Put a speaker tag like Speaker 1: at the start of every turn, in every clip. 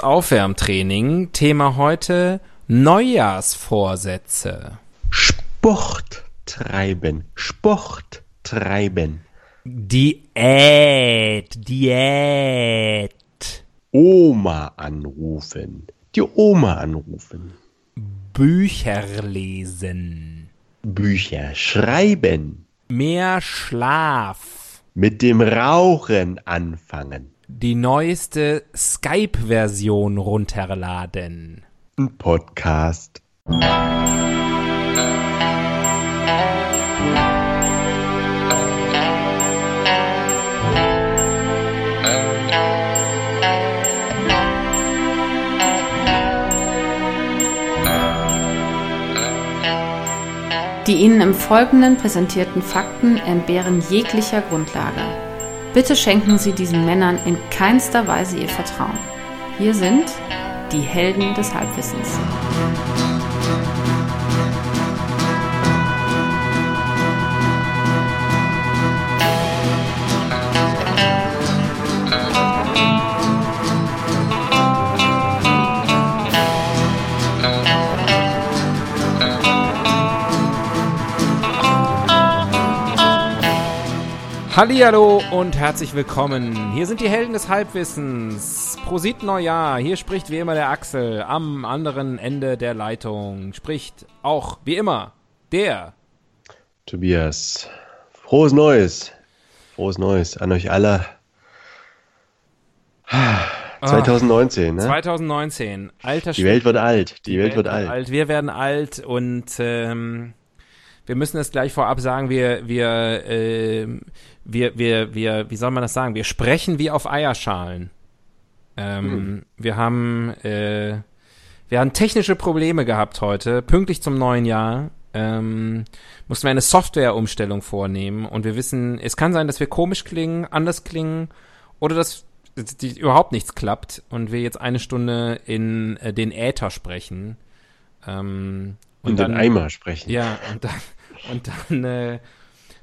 Speaker 1: Moderationsaufwärmtraining. Thema heute Neujahrsvorsätze.
Speaker 2: Sport treiben. Sport treiben.
Speaker 1: Diät, Diät.
Speaker 2: Oma anrufen. Die Oma anrufen.
Speaker 1: Bücher lesen.
Speaker 2: Bücher schreiben.
Speaker 1: Mehr Schlaf.
Speaker 2: Mit dem Rauchen anfangen.
Speaker 1: Die neueste Skype-Version runterladen.
Speaker 2: Ein Podcast.
Speaker 3: Die Ihnen im Folgenden präsentierten Fakten entbehren jeglicher Grundlage. Bitte schenken Sie diesen Männern in keinster Weise Ihr Vertrauen. Hier sind die Helden des Halbwissens.
Speaker 1: Hallihallo und herzlich willkommen. Hier sind die Helden des Halbwissens. Prosit Neujahr. Hier spricht wie immer der Axel. Am anderen Ende der Leitung spricht auch wie immer der.
Speaker 2: Tobias. Frohes Neues. Frohes Neues an euch alle. Ah, 2019, ne?
Speaker 1: 2019. Alter
Speaker 2: Die Welt wird alt. Die, Welt, wird alt.
Speaker 1: Wir werden alt und ähm, wir müssen es gleich vorab sagen, wir, wir, ähm, wir, wir, wir, wie soll man das sagen? Wir sprechen wie auf Eierschalen. Ähm,
Speaker 2: Hm.
Speaker 1: Wir haben, äh, wir haben technische Probleme gehabt heute, pünktlich zum neuen Jahr. Ähm, mussten wir eine Softwareumstellung vornehmen und wir wissen, es kann sein, dass wir komisch klingen, anders klingen oder dass die, überhaupt nichts klappt und wir jetzt eine Stunde in äh, den Äther sprechen. Ähm,
Speaker 2: Und dann Eimer sprechen.
Speaker 1: ja, und dann, und dann, äh,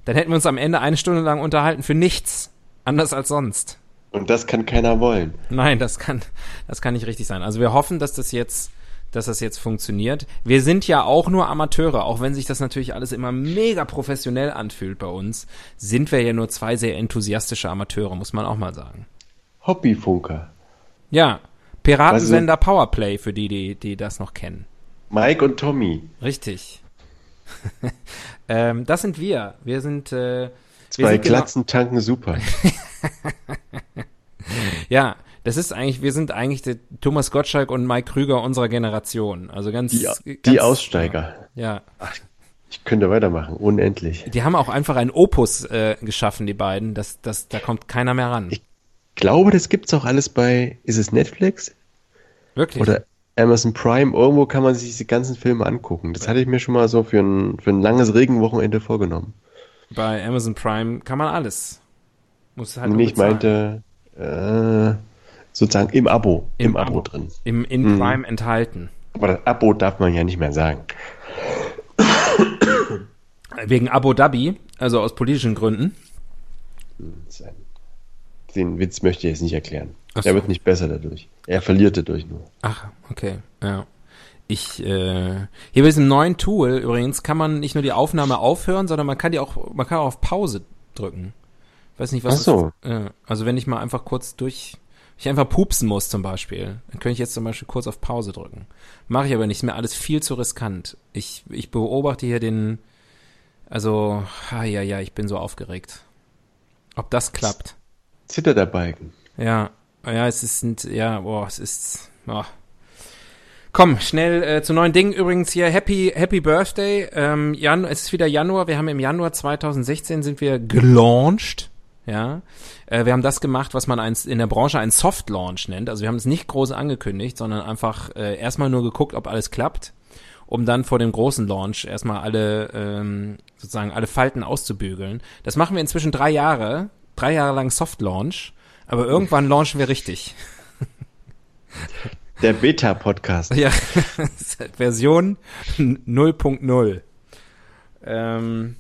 Speaker 1: dann hätten wir uns am Ende eine Stunde lang unterhalten für nichts. Anders als sonst.
Speaker 2: Und das kann keiner wollen.
Speaker 1: Nein, das kann, das kann nicht richtig sein. Also wir hoffen, dass das jetzt, dass das jetzt funktioniert. Wir sind ja auch nur Amateure, auch wenn sich das natürlich alles immer mega professionell anfühlt bei uns, sind wir ja nur zwei sehr enthusiastische Amateure, muss man auch mal sagen.
Speaker 2: Hobbyfunker.
Speaker 1: Ja, Piratensender
Speaker 2: Also-
Speaker 1: Powerplay für die, die, die das noch kennen.
Speaker 2: Mike und Tommy.
Speaker 1: Richtig. ähm, das sind wir. Wir sind äh, wir
Speaker 2: Zwei
Speaker 1: sind genau-
Speaker 2: Glatzen tanken super.
Speaker 1: Ja, das ist eigentlich, wir sind eigentlich der Thomas Gottschalk und Mike Krüger unserer Generation. Also ganz
Speaker 2: Die,
Speaker 1: ganz,
Speaker 2: die Aussteiger.
Speaker 1: Ja,
Speaker 2: Ich könnte weitermachen. Unendlich.
Speaker 1: die haben auch einfach ein Opus äh, geschaffen, die beiden. Das, das, da kommt keiner mehr ran.
Speaker 2: Ich glaube, das gibt's auch alles bei, ist es Netflix?
Speaker 1: Wirklich.
Speaker 2: Oder Amazon Prime, irgendwo kann man sich diese ganzen Filme angucken. Das hatte ich mir schon mal so für ein, für ein langes Regenwochenende vorgenommen.
Speaker 1: Bei Amazon Prime kann man alles. Muss halt
Speaker 2: Und
Speaker 1: nur
Speaker 2: ich
Speaker 1: bezahlen.
Speaker 2: meinte, äh, sozusagen im Abo, im, Abo. drin.
Speaker 1: Im, in
Speaker 2: Hm.
Speaker 1: Prime enthalten.
Speaker 2: Aber das Abo darf man ja nicht mehr sagen.
Speaker 1: Wegen Abu Dhabi, also aus politischen Gründen.
Speaker 2: Das ist ein- Den Witz möchte ich jetzt nicht erklären.
Speaker 1: Ach
Speaker 2: Er
Speaker 1: so.
Speaker 2: wird nicht besser dadurch. Er verliert dadurch nur.
Speaker 1: Ach, okay, ja. Ich, äh, hier bei diesem neuen Tool übrigens kann man nicht nur die Aufnahme aufhören, sondern man kann die auch, man kann auch auf Pause drücken. Weiß nicht, was.
Speaker 2: Ach so.
Speaker 1: Das, äh, also wenn ich mal einfach kurz durch, wenn ich einfach pupsen muss zum Beispiel, dann könnte ich jetzt zum Beispiel kurz auf Pause drücken. Mache ich aber nicht, ist mir alles viel zu riskant. Ich, ich beobachte hier den, also, ah, ja, ja, ich bin so aufgeregt. Ob das klappt?
Speaker 2: Zittert der Balken.
Speaker 1: Ja, Ah ja, es ist, ein- ja, boah, es ist, boah. Komm, schnell äh, zu neuen Dingen. Übrigens hier, Happy, Happy Birthday. Ähm, Janu es ist wieder Januar. Wir haben im Januar 2016 sind wir gelauncht. Ja, äh, wir haben das gemacht, was man eins in der Branche einen Soft Launch nennt. Also wir haben es nicht groß angekündigt, sondern einfach äh, erstmal nur geguckt, ob alles klappt, um dann vor dem großen Launch erstmal alle ähm, sozusagen alle Falten auszubügeln. Das machen wir inzwischen drei Jahre, drei Jahre lang Soft Launch. Aber irgendwann launchen wir richtig.
Speaker 2: Der Beta-Podcast.
Speaker 1: Ja, Version 0.0. Ähm,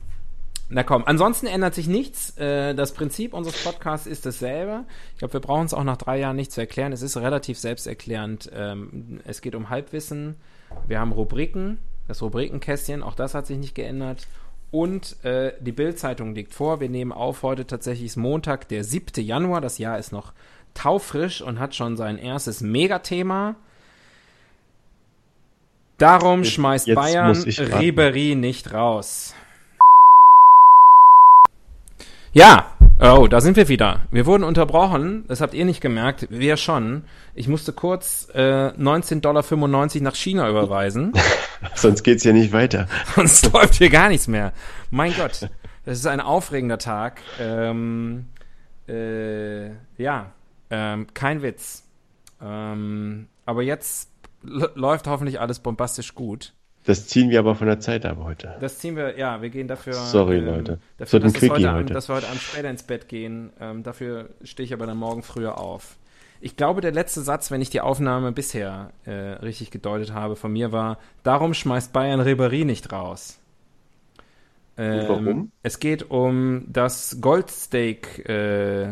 Speaker 1: Na komm, ansonsten ändert sich nichts. Äh, Das Prinzip unseres Podcasts ist dasselbe. Ich glaube, wir brauchen es auch nach drei Jahren nicht zu erklären. Es ist relativ selbsterklärend. Ähm, Es geht um Halbwissen. Wir haben Rubriken, das Rubrikenkästchen, auch das hat sich nicht geändert. Und äh, die Bild-Zeitung liegt vor. Wir nehmen auf, heute tatsächlich ist Montag, der 7. Januar. Das Jahr ist noch taufrisch und hat schon sein erstes Megathema. Darum
Speaker 2: Jetzt-
Speaker 1: schmeißt
Speaker 2: jetzt
Speaker 1: Bayern
Speaker 2: muss ich raten.
Speaker 1: Ribery nicht raus. Ja, oh, da sind wir wieder. Wir wurden unterbrochen, das habt ihr nicht gemerkt, wir schon. Ich musste kurz äh, 19,95 Dollar nach China überweisen,
Speaker 2: Sonst geht's hier nicht weiter.
Speaker 1: sonst läuft hier gar nichts mehr. Mein Gott, das ist ein aufregender Tag. Ähm, äh, ja, ähm, kein Witz. Ähm, aber jetzt l- läuft hoffentlich alles bombastisch gut.
Speaker 2: Das ziehen wir aber von der Zeit ab heute.
Speaker 1: Das ziehen wir, ja, wir gehen dafür. ähm,
Speaker 2: Sorry, Leute. Es
Speaker 1: Dafür,
Speaker 2: wird ein
Speaker 1: dass, es
Speaker 2: Quickie
Speaker 1: heute Abend,
Speaker 2: heute.
Speaker 1: dass wir heute Abend später ins Bett gehen. Ähm, dafür stehe ich aber dann morgen früher auf. Ich glaube, der letzte Satz, wenn ich die Aufnahme bisher äh, richtig gedeutet habe, von mir war: Darum schmeißt Bayern Ribéry nicht raus. Ähm,
Speaker 2: warum?
Speaker 1: Es geht um das Goldsteak. Äh,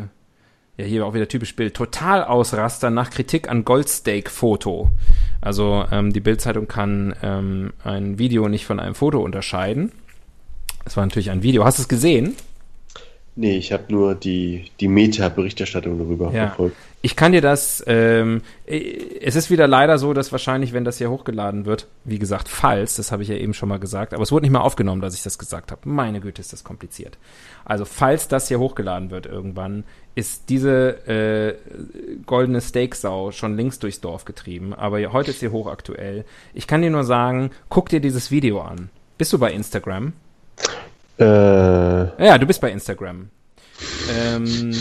Speaker 1: ja, hier auch wieder typisch Bild. Total ausraster nach Kritik an Goldsteak-Foto. Also ähm, die Bild-Zeitung kann ähm, ein Video nicht von einem Foto unterscheiden. Es war natürlich ein Video. Hast du es gesehen?
Speaker 2: Nee, ich habe nur die, die Meta-Berichterstattung darüber
Speaker 1: Ja.
Speaker 2: verfolgt.
Speaker 1: Ich kann dir das. Ähm, äh, es ist wieder leider so, dass wahrscheinlich, wenn das hier hochgeladen wird, wie gesagt, falls, das habe ich ja eben schon mal gesagt, aber es wurde nicht mal aufgenommen, dass ich das gesagt habe. Meine Güte, ist das kompliziert. Also falls das hier hochgeladen wird irgendwann, ist diese äh, goldene Steaksau schon links durchs Dorf getrieben. Aber ja, heute ist sie hochaktuell. Ich kann dir nur sagen, guck dir dieses Video an. Bist du bei Instagram?
Speaker 2: Äh,
Speaker 1: Ja, du bist bei Instagram. Ähm,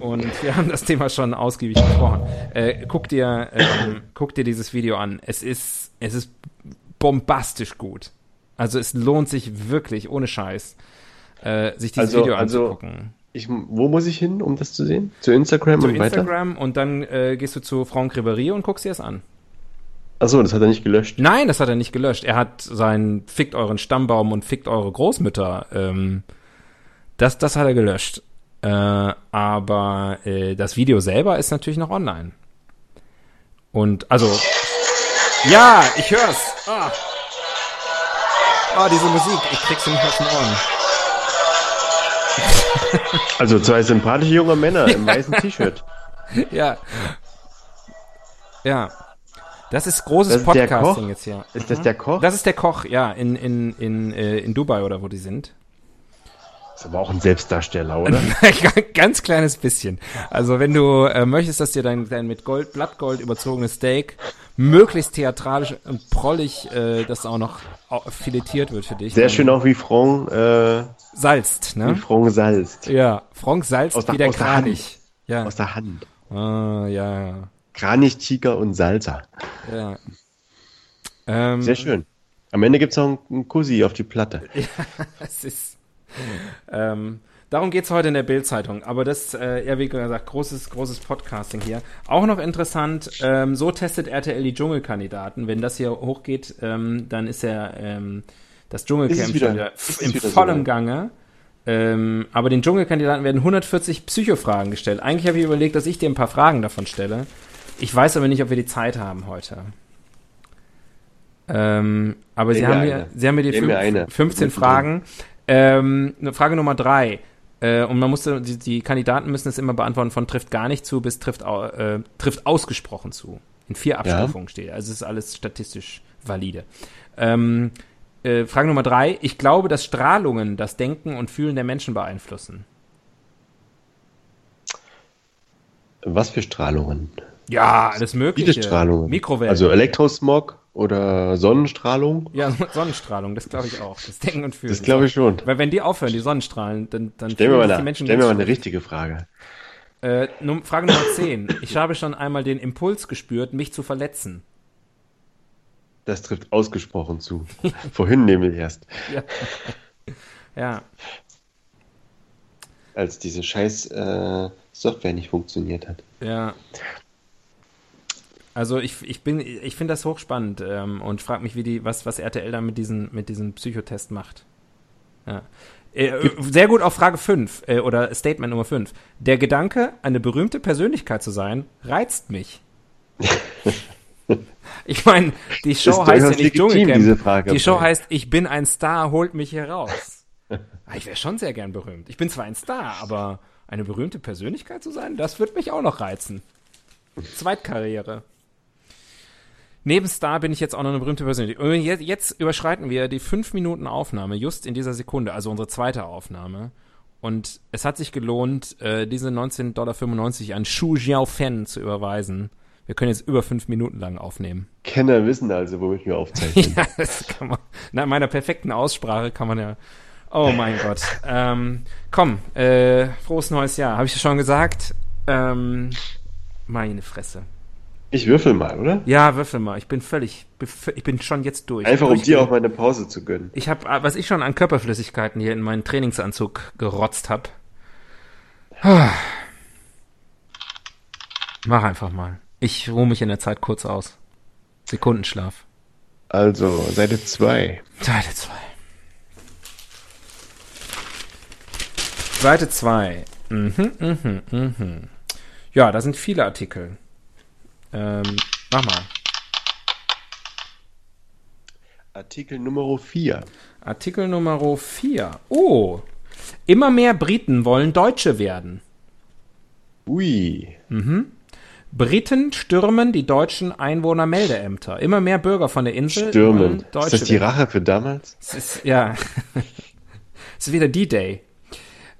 Speaker 1: und wir haben das Thema schon ausgiebig besprochen. Äh, guck, dir, ähm, guck dir dieses Video an. Es ist, es ist bombastisch gut. Also es lohnt sich wirklich, ohne Scheiß, äh, sich dieses
Speaker 2: Also-
Speaker 1: Video
Speaker 2: also
Speaker 1: anzugucken.
Speaker 2: ich, wo muss ich hin, um das zu sehen? Zu Instagram
Speaker 1: Zu
Speaker 2: und weiter?
Speaker 1: Instagram und dann äh, gehst du zu Franck Ribéry und guckst dir das an.
Speaker 2: Achso, das hat er nicht gelöscht.
Speaker 1: Nein, das hat er nicht gelöscht. Er hat sein Fickt euren Stammbaum und fickt eure Großmütter. Ähm, das, das hat er gelöscht. Äh, aber äh, das Video selber ist natürlich noch online. Und also. Ja, ich hör's. Ah. Ah, diese Musik. Ich krieg sie nicht aus den Ohren.
Speaker 2: Also zwei sympathische junge Männer im weißen T-Shirt.
Speaker 1: Ja. Ja. Das ist großes
Speaker 2: Das ist der
Speaker 1: Podcasting
Speaker 2: Koch?
Speaker 1: jetzt hier.
Speaker 2: Ist das der Koch?
Speaker 1: Mhm. Das ist der Koch, ja, in, in, in, äh, in Dubai oder wo die sind.
Speaker 2: ist aber auch ein Selbstdarsteller, oder?
Speaker 1: Ganz kleines bisschen. Also wenn du äh, möchtest, dass dir dein, dein mit Gold, Blattgold überzogenes Steak möglichst theatralisch und prollig, äh, das auch noch au- filetiert wird für dich.
Speaker 2: Sehr
Speaker 1: dann
Speaker 2: schön auch wie Franck, äh,
Speaker 1: Salzt,
Speaker 2: wie
Speaker 1: ne?
Speaker 2: Franck salzt.
Speaker 1: Ja, Frank salzt
Speaker 2: Aus der-
Speaker 1: wie der
Speaker 2: aus der Hand.
Speaker 1: Kranich. Ja.
Speaker 2: Aus der Hand.
Speaker 1: Ah, ja, ja.
Speaker 2: Kranich, Tiger und Salzer.
Speaker 1: ja. Ähm,
Speaker 2: Sehr schön. Am Ende gibt's noch einen Kussi auf die Platte.
Speaker 1: Es ist. Ähm, darum geht's heute in der Bild-Zeitung. Aber das, äh, ja, wie gesagt, großes, großes Podcasting hier. Auch noch interessant, ähm, so testet RTL die Dschungelkandidaten. Wenn das hier hochgeht, ähm, dann ist ja ähm, das
Speaker 2: Ist
Speaker 1: Dschungelcamp
Speaker 2: es wieder-
Speaker 1: schon wieder
Speaker 2: ist es
Speaker 1: im
Speaker 2: wieder
Speaker 1: vollen
Speaker 2: soweit?
Speaker 1: Gange. Ähm, aber den Dschungelkandidaten werden 140 Psychofragen gestellt. Eigentlich habe ich überlegt, dass ich dir ein paar Fragen davon stelle. Ich weiß aber nicht, ob wir die Zeit haben heute. Ähm, aber sie
Speaker 2: Nenn
Speaker 1: haben,
Speaker 2: mir
Speaker 1: mir,
Speaker 2: eine.
Speaker 1: sie haben mir die
Speaker 2: Nenn mir eine.
Speaker 1: 15
Speaker 2: Mittendrin.
Speaker 1: Fragen. Ähm, ne, Frage Nummer drei. Äh, und man musste, die, die Kandidaten müssen es immer beantworten von trifft gar nicht zu bis trifft, au- äh, trifft ausgesprochen zu. In vier Abstufungen steht. Also es ist alles statistisch valide. Ähm, äh, Frage Nummer drei. Ich glaube, dass Strahlungen das Denken und Fühlen der Menschen beeinflussen.
Speaker 2: Was für Strahlungen?
Speaker 1: Ja, alles mögliche.
Speaker 2: Viele Strahlungen.
Speaker 1: Mikrowellen.
Speaker 2: Also Elektrosmog oder Sonnenstrahlung?
Speaker 1: ja, Sonnenstrahlung, das glaube ich auch. Das Denken und Fühlen.
Speaker 2: Das glaube ich schon.
Speaker 1: Weil wenn die aufhören, die Sonnenstrahlen, dann, dann
Speaker 2: Stell mir
Speaker 1: fühlen
Speaker 2: mal,
Speaker 1: sich
Speaker 2: eine, stell mir
Speaker 1: ganz
Speaker 2: mal eine
Speaker 1: schlecht.
Speaker 2: richtige Frage.
Speaker 1: Äh, Num Frage Nummer 10. Ich habe schon einmal den Impuls gespürt, mich zu verletzen.
Speaker 2: Das trifft ausgesprochen zu. Vorhin nämlich erst,
Speaker 1: Ja. ja.
Speaker 2: als diese scheiß äh, Software nicht funktioniert hat.
Speaker 1: Ja. Also ich, ich bin, ich finde das hochspannend ähm, und frage mich, wie die, was, was RTL da mit diesen, mit diesem Psychotest macht. Äh, äh, Sehr gut auf Frage 5 äh, oder Statement Nummer 5. Der Gedanke, eine berühmte Persönlichkeit zu sein, reizt mich. ich meine, die Show
Speaker 2: Ist
Speaker 1: heißt ja
Speaker 2: durchaus
Speaker 1: nicht
Speaker 2: legitim,
Speaker 1: Dschungelcamp.
Speaker 2: diese Frage.
Speaker 1: die Show heißt Ich bin ein Star, holt mich hier raus. Ah, ich wäre schon sehr gern berühmt. Ich bin zwar ein Star, aber eine berühmte Persönlichkeit zu sein, das würde mich auch noch reizen. Zweitkarriere. Neben Star bin ich jetzt auch noch eine berühmte Persönlichkeit. Und jetzt, jetzt überschreiten wir die 5 Minuten Aufnahme, just in dieser Sekunde, also unsere zweite Aufnahme. Und es hat sich gelohnt, äh, diese 19,95 Dollar an Shu Jiao-Fan zu überweisen. Wir können jetzt über 5 Minuten lang aufnehmen.
Speaker 2: Kenner wissen also, womit wir aufzeichnen.
Speaker 1: Ja, das kann man. Nach meiner perfekten Aussprache kann man ja. Oh mein Gott. Ähm, komm, äh, frohes neues Jahr. Habe ich ja schon gesagt. Ähm, meine Fresse.
Speaker 2: Ich würfel mal, oder?
Speaker 1: Ja, würfel mal. Ich bin völlig. bef- Ich bin schon jetzt durch.
Speaker 2: Einfach um
Speaker 1: Durch
Speaker 2: dir
Speaker 1: bin-
Speaker 2: auch mal eine Pause zu gönnen.
Speaker 1: Ich habe, was ich schon an Körperflüssigkeiten hier in meinen Trainingsanzug gerotzt habe. Mach einfach mal. Ich ruhe mich in der Zeit kurz aus. Sekundenschlaf.
Speaker 2: Also, Seite 2.
Speaker 1: Seite 2. Seite 2. Mhm, mhm, mhm. Ja, da sind viele Artikel. Ähm, mach mal.
Speaker 2: Artikel Nummer 4.
Speaker 1: Artikel Nummer 4. Oh. Immer mehr Briten wollen Deutsche werden.
Speaker 2: Ui.
Speaker 1: Briten stürmen die deutschen Einwohnermeldeämter. Immer mehr Bürger von der Insel
Speaker 2: Stürmen.
Speaker 1: Äh, Deutsche
Speaker 2: Ist das die
Speaker 1: werden.
Speaker 2: Rache für damals?
Speaker 1: Es ist, ja. es ist wieder D-Day.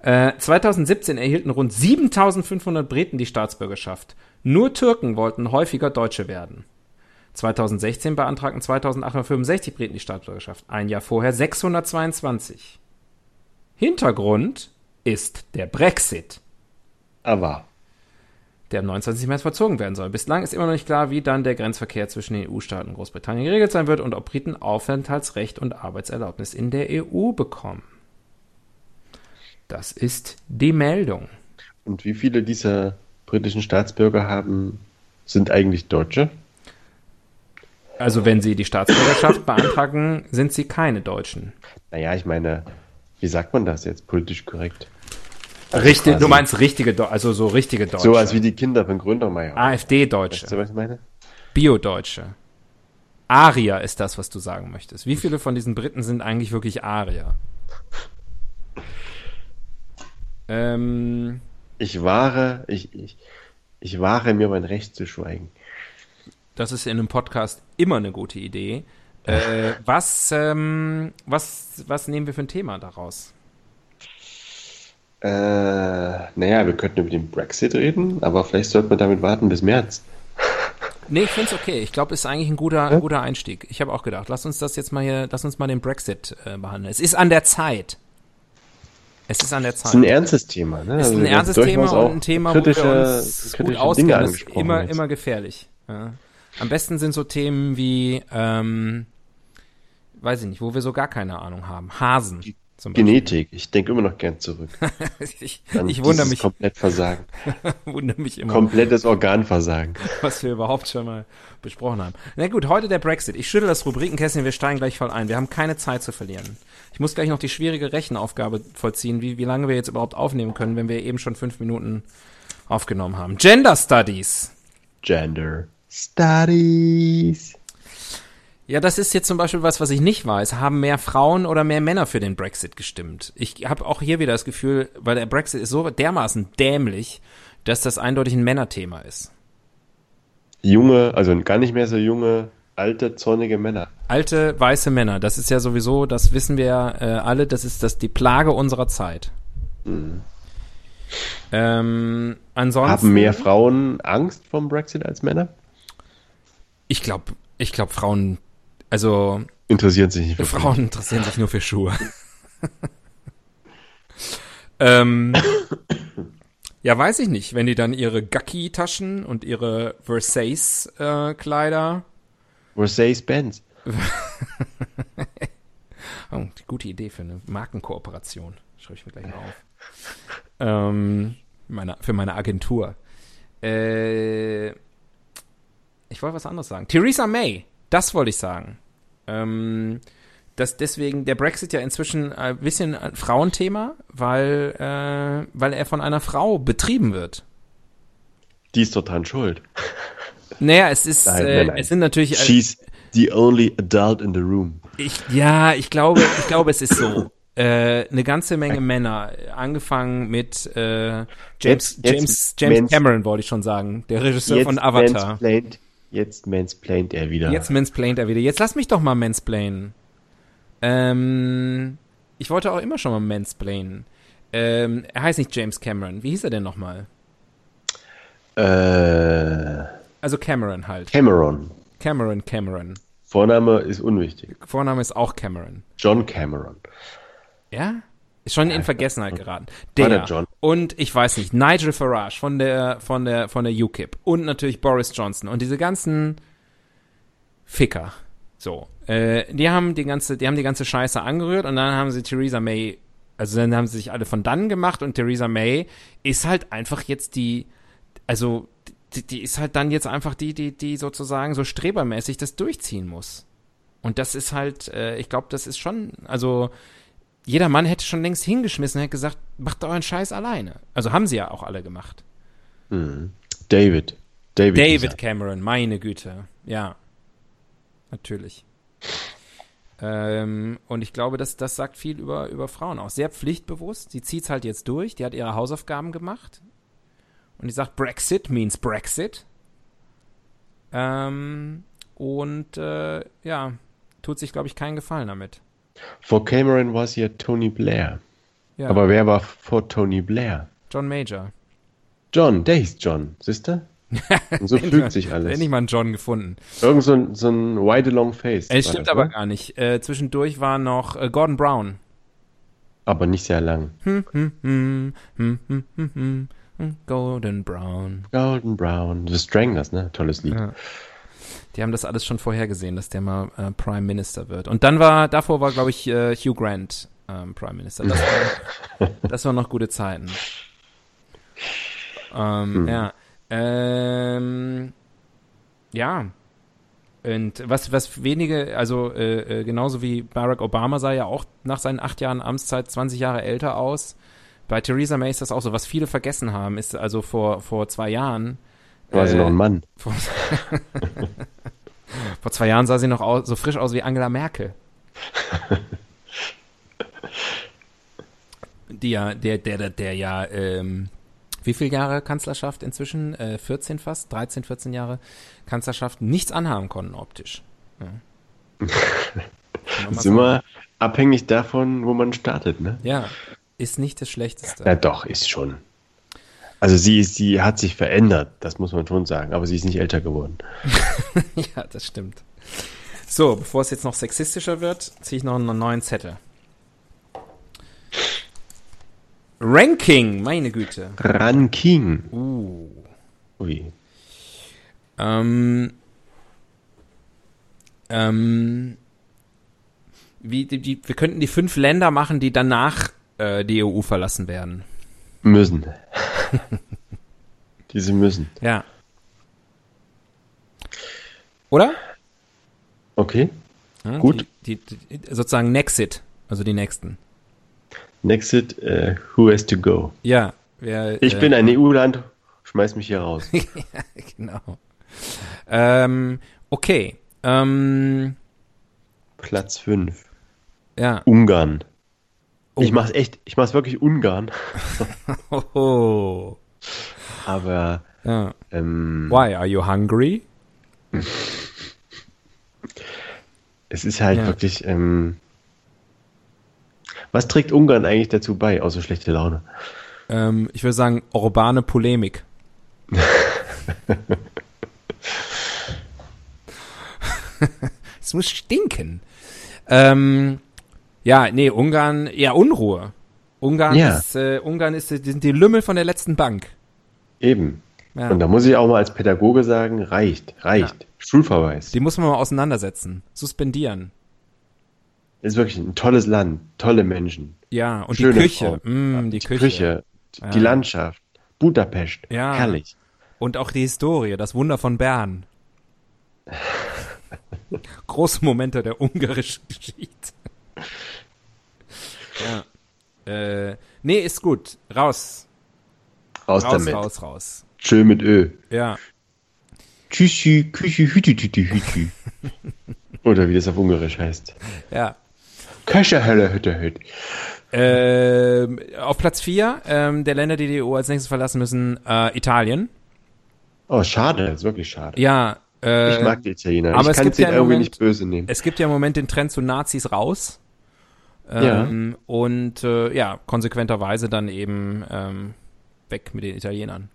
Speaker 1: Äh, 2017 erhielten rund 7500 Briten die Staatsbürgerschaft. Nur Türken wollten häufiger Deutsche werden. 2016 beantragten 2865 Briten die Staatsbürgerschaft. Ein Jahr vorher 622. Hintergrund ist der Brexit
Speaker 2: Aber.
Speaker 1: der am 29. März vollzogen werden soll. Bislang ist immer noch nicht klar, wie dann der Grenzverkehr zwischen den EU-Staaten und Großbritannien geregelt sein wird und ob Briten Aufenthaltsrecht und Arbeitserlaubnis in der EU bekommen. Das ist die Meldung.
Speaker 2: Und wie viele dieser britischen Staatsbürger haben, sind eigentlich Deutsche?
Speaker 1: Also wenn sie die Staatsbürgerschaft beantragen, sind sie keine Deutschen.
Speaker 2: Naja, ich meine, wie sagt man das jetzt politisch korrekt?
Speaker 1: Richtig,
Speaker 2: quasi.
Speaker 1: du meinst richtige, Deu- also so richtige Deutsche.
Speaker 2: So als wie die Kinder von Gründermeier.
Speaker 1: Ah,
Speaker 2: Weißt
Speaker 1: AfD-Deutsche,
Speaker 2: du, was ich meine?
Speaker 1: Bio-Deutsche. Arier ist das, was du sagen möchtest. Wie viele von diesen Briten sind eigentlich wirklich Arier? Ähm,
Speaker 2: Ich wahre, ich, ich, ich wahre mir mein Recht zu schweigen.
Speaker 1: das ist in einem Podcast immer eine gute Idee. Äh, was, ähm, was, was nehmen wir für ein Thema daraus?
Speaker 2: Äh, naja, wir könnten über den Brexit reden, aber vielleicht sollten wir damit warten bis März.
Speaker 1: Nee, ich find's okay. Ich glaube, ist eigentlich ein guter, guter Einstieg. Ich habe auch gedacht, lass uns das jetzt mal hier, lass uns mal den Brexit äh, behandeln. Es ist an der Zeit. Es ist an der
Speaker 2: Das ist ein
Speaker 1: Zeit.
Speaker 2: ernstes Thema, ne?
Speaker 1: ist
Speaker 2: Also
Speaker 1: ein
Speaker 2: wir haben
Speaker 1: ernstes
Speaker 2: durchaus
Speaker 1: Thema
Speaker 2: auch
Speaker 1: und ein Thema,
Speaker 2: kritische,
Speaker 1: wo wir uns
Speaker 2: kritische
Speaker 1: gut
Speaker 2: Dinge
Speaker 1: auskennen. Das ist
Speaker 2: angesprochen
Speaker 1: immer,
Speaker 2: jetzt.
Speaker 1: immer gefährlich. Ja. Am besten sind so Themen wie, ähm, weiß ich nicht, wo wir so gar keine Ahnung haben. Hasen zum Beispiel.
Speaker 2: Genetik, ich denke immer noch gern zurück.
Speaker 1: Ich,
Speaker 2: An
Speaker 1: ich wundere
Speaker 2: dieses
Speaker 1: mich,
Speaker 2: Komplett Versagen.
Speaker 1: wundere mich immer,
Speaker 2: Komplettes Organversagen.
Speaker 1: was wir überhaupt schon mal besprochen haben. Na gut, heute der Brexit. Ich schüttel das Rubrikenkästchen, wir steigen gleich voll ein. Wir haben keine Zeit zu verlieren. Ich muss gleich noch die schwierige Rechenaufgabe vollziehen, wie, wie lange wir jetzt überhaupt aufnehmen können, wenn wir eben schon fünf Minuten aufgenommen haben. Gender Studies.
Speaker 2: Gender Studies.
Speaker 1: Ja, das ist jetzt zum Beispiel was, was ich nicht weiß. Haben mehr Frauen oder mehr Männer für den Brexit gestimmt? Ich habe auch hier wieder das Gefühl, weil der Brexit ist so dermaßen dämlich, dass das eindeutig ein Männerthema ist.
Speaker 2: Junge, also gar nicht mehr so junge, alte, zornige Männer.
Speaker 1: Alte weiße Männer, das ist ja sowieso, das wissen wir ja äh, alle, das ist das die Plage unserer Zeit. Ähm, ansonsten,
Speaker 2: Mhm. Haben mehr Frauen Angst vom Brexit als Männer?
Speaker 1: ich glaube, ich glaube Frauen, also
Speaker 2: Interessieren sich nicht für
Speaker 1: Frauen interessieren sich nur für Schuhe. ähm, ja, weiß ich nicht. Wenn die dann ihre Gacki-Taschen und ihre äh, Versace-Kleider.
Speaker 2: Versace Benz.
Speaker 1: oh, gute Idee für eine Markenkooperation. Schreibe ich mir gleich mal auf. ähm, meine, für meine Agentur. Äh, ich wollte was anderes sagen. Theresa May, das wollte ich sagen. Ähm, dass deswegen der Brexit ja inzwischen ein bisschen ein Frauenthema, weil, äh, weil er von einer Frau betrieben wird.
Speaker 2: Die ist total schuld.
Speaker 1: Naja, es ist,
Speaker 2: Nein,
Speaker 1: äh,
Speaker 2: nein, nein.
Speaker 1: es sind natürlich, äh,
Speaker 2: She's the only adult in the room.
Speaker 1: ich, ja, ich glaube, ich glaube, es ist so. Äh, eine ganze Menge Männer, angefangen mit äh, James,
Speaker 2: Jetzt- jetzt
Speaker 1: James, James
Speaker 2: mans-
Speaker 1: Cameron, wollte ich schon sagen, der Regisseur von Avatar.
Speaker 2: Mansplained, jetzt mansplained er wieder.
Speaker 1: Jetzt mansplaint er wieder. Jetzt lass mich doch mal mansplainen. Ähm, ich wollte auch immer schon mal mansplainen. Ähm, er heißt nicht James Cameron. Wie hieß er denn nochmal?
Speaker 2: äh,
Speaker 1: Also Cameron halt.
Speaker 2: Cameron.
Speaker 1: Cameron, Cameron.
Speaker 2: Vorname ist unwichtig.
Speaker 1: Vorname ist auch Cameron.
Speaker 2: John Cameron.
Speaker 1: Ja? Ist schon in Vergessenheit geraten.
Speaker 2: War
Speaker 1: Der,
Speaker 2: der John?
Speaker 1: und ich weiß nicht, Nigel Farage von der, von der, von der UKIP und natürlich Boris Johnson und diese ganzen Ficker. So. Äh, die haben die ganze, die haben die ganze Scheiße angerührt und dann haben sie Theresa May, also dann haben sie sich alle von dann gemacht und Theresa May ist halt einfach jetzt die, also, die, die ist halt dann jetzt einfach die, die, die sozusagen so strebermäßig das durchziehen muss. Und das ist halt, äh, ich glaube, das ist schon, also, jeder Mann hätte schon längst hingeschmissen und hätte gesagt, macht euren Scheiß alleine. Also haben sie ja auch alle gemacht.
Speaker 2: David. David. ist
Speaker 1: David
Speaker 2: er.
Speaker 1: Cameron, meine Güte. Ja. Natürlich. Ähm, und ich glaube, das, das sagt viel über, über Frauen aus. Sehr pflichtbewusst. Sie zieht's halt jetzt durch. Die hat ihre Hausaufgaben gemacht. Und die sagt, Brexit means Brexit. Ähm, und äh, ja, tut sich, glaube ich, keinen Gefallen damit.
Speaker 2: Vor Cameron war es ja Tony Blair.
Speaker 1: Ja,
Speaker 2: Aber wer war vor Tony Blair?
Speaker 1: John Major.
Speaker 2: John, der hieß John, siehst du? Und so fügt sich alles.
Speaker 1: Endlich mal einen John gefunden.
Speaker 2: Irgend so ein, so ein wide long face.
Speaker 1: Es
Speaker 2: war
Speaker 1: Äh, stimmt
Speaker 2: das,
Speaker 1: aber
Speaker 2: ne?
Speaker 1: gar nicht. Äh, zwischendurch war noch äh, Gordon Brown.
Speaker 2: Aber nicht sehr lang.
Speaker 1: Hm, hm, hm, hm, hm, hm, Golden Brown.
Speaker 2: Golden Brown. The Stranglers, ne? Tolles Lied.
Speaker 1: Ja. Die haben das alles schon vorhergesehen, dass der mal äh, Prime Minister wird. Und dann war, davor war, glaube ich, äh, Hugh Grant ähm, Prime Minister. Das, war, das waren noch gute Zeiten. Ähm, Ja. Ähm, ja. Und was, was wenige, also äh, äh, genauso wie Barack Obama sah ja auch nach seinen acht Jahren Amtszeit 20 Jahre älter aus. Bei Theresa May ist das auch so. Was viele vergessen haben, ist also vor, vor zwei Jahren.
Speaker 2: War sie
Speaker 1: äh,
Speaker 2: noch ein Mann.
Speaker 1: vor, vor zwei Jahren sah sie noch aus, so frisch aus wie Angela Merkel. Die ja, der, der, der, der ja, ähm, wie viele Jahre Kanzlerschaft inzwischen? Äh, 14 fast, 13, 14 Jahre Kanzlerschaft nichts anhaben konnten optisch. Ja. Kann man mal
Speaker 2: Ist
Speaker 1: sagen.
Speaker 2: immer abhängig davon, wo man startet, ne?
Speaker 1: Ja, ist nicht das Schlechteste.
Speaker 2: Na doch, ist schon. Also sie, ist- sie hat sich verändert, das muss man schon sagen, aber sie ist nicht älter geworden.
Speaker 1: Ja, das stimmt. So, bevor es jetzt noch sexistischer wird, ziehe ich noch einen neuen Zettel. Ranking, meine Güte.
Speaker 2: Ranking.
Speaker 1: Uh.
Speaker 2: Ui.
Speaker 1: Ähm, ähm, wie, die, die, wir könnten die fünf Länder machen, die danach äh, die EU verlassen werden.
Speaker 2: Müssen. Diese müssen.
Speaker 1: Ja. Oder?
Speaker 2: Okay.
Speaker 1: Ja,
Speaker 2: Gut.
Speaker 1: Die, die, die, sozusagen Nexit, also die nächsten.
Speaker 2: Next it, äh, who has to go?
Speaker 1: Ja. Wer,
Speaker 2: Ich
Speaker 1: äh,
Speaker 2: bin ein EU-Land, schmeiß mich hier raus.
Speaker 1: genau. Ähm, okay. Ähm,
Speaker 2: Platz 5.
Speaker 1: ja.
Speaker 2: Ungarn.
Speaker 1: Oh.
Speaker 2: Ich mach's echt, ich mach's wirklich Ungarn.
Speaker 1: Hoho.
Speaker 2: Aber
Speaker 1: Oh, Ja.
Speaker 2: ähm,
Speaker 1: Why are you hungry?
Speaker 2: es ist halt
Speaker 1: Ja.
Speaker 2: wirklich. Ähm, was trägt Ungarn eigentlich dazu bei, außer schlechte Laune?
Speaker 1: Ähm, ich würde sagen, urbane Polemik. es muss stinken. Ähm, ja, nee, Ungarn, ja, Unruhe. Ungarn
Speaker 2: Ja.
Speaker 1: ist, äh, Ungarn ist, die sind die Lümmel von der letzten Bank.
Speaker 2: Eben.
Speaker 1: Ja.
Speaker 2: Und da muss ich auch mal als Pädagoge sagen, reicht, reicht. Schulverweis.
Speaker 1: Die muss man mal auseinandersetzen. Suspendieren.
Speaker 2: Ist wirklich ein tolles Land, tolle Menschen.
Speaker 1: Ja, und
Speaker 2: Schöne
Speaker 1: die Küche.
Speaker 2: Frauen.
Speaker 1: Mm, die,
Speaker 2: Küche,
Speaker 1: Küche.
Speaker 2: die- die Landschaft, Budapest,
Speaker 1: Ja.
Speaker 2: herrlich.
Speaker 1: Und auch die Historie, das Wunder von Bern. Große Momente der ungarischen Geschichte. Ja. Äh, nee, ist gut. Raus.
Speaker 2: Raus,
Speaker 1: raus,
Speaker 2: damit.
Speaker 1: raus, raus.
Speaker 2: Tschö mit Ö.
Speaker 1: Ja.
Speaker 2: Tschüssi, Küchi, Hüti, Tüti, Hüti. Oder wie das auf Ungarisch heißt.
Speaker 1: Ja.
Speaker 2: Kösche, Hölle, Hütte, Hütte.
Speaker 1: Ähm, auf Platz 4 ähm, der Länder, die die EU als nächstes verlassen müssen, äh, Italien.
Speaker 2: Oh, schade, ist wirklich schade.
Speaker 1: Ja. Äh,
Speaker 2: ich mag die Italiener.
Speaker 1: aber es
Speaker 2: ich kann
Speaker 1: gibt
Speaker 2: sie
Speaker 1: ja im
Speaker 2: irgendwie
Speaker 1: Moment-
Speaker 2: nicht böse nehmen.
Speaker 1: Es gibt ja im Moment den Trend zu Nazis raus. Ähm, Und äh, ja, konsequenterweise dann eben ähm, weg mit den Italienern.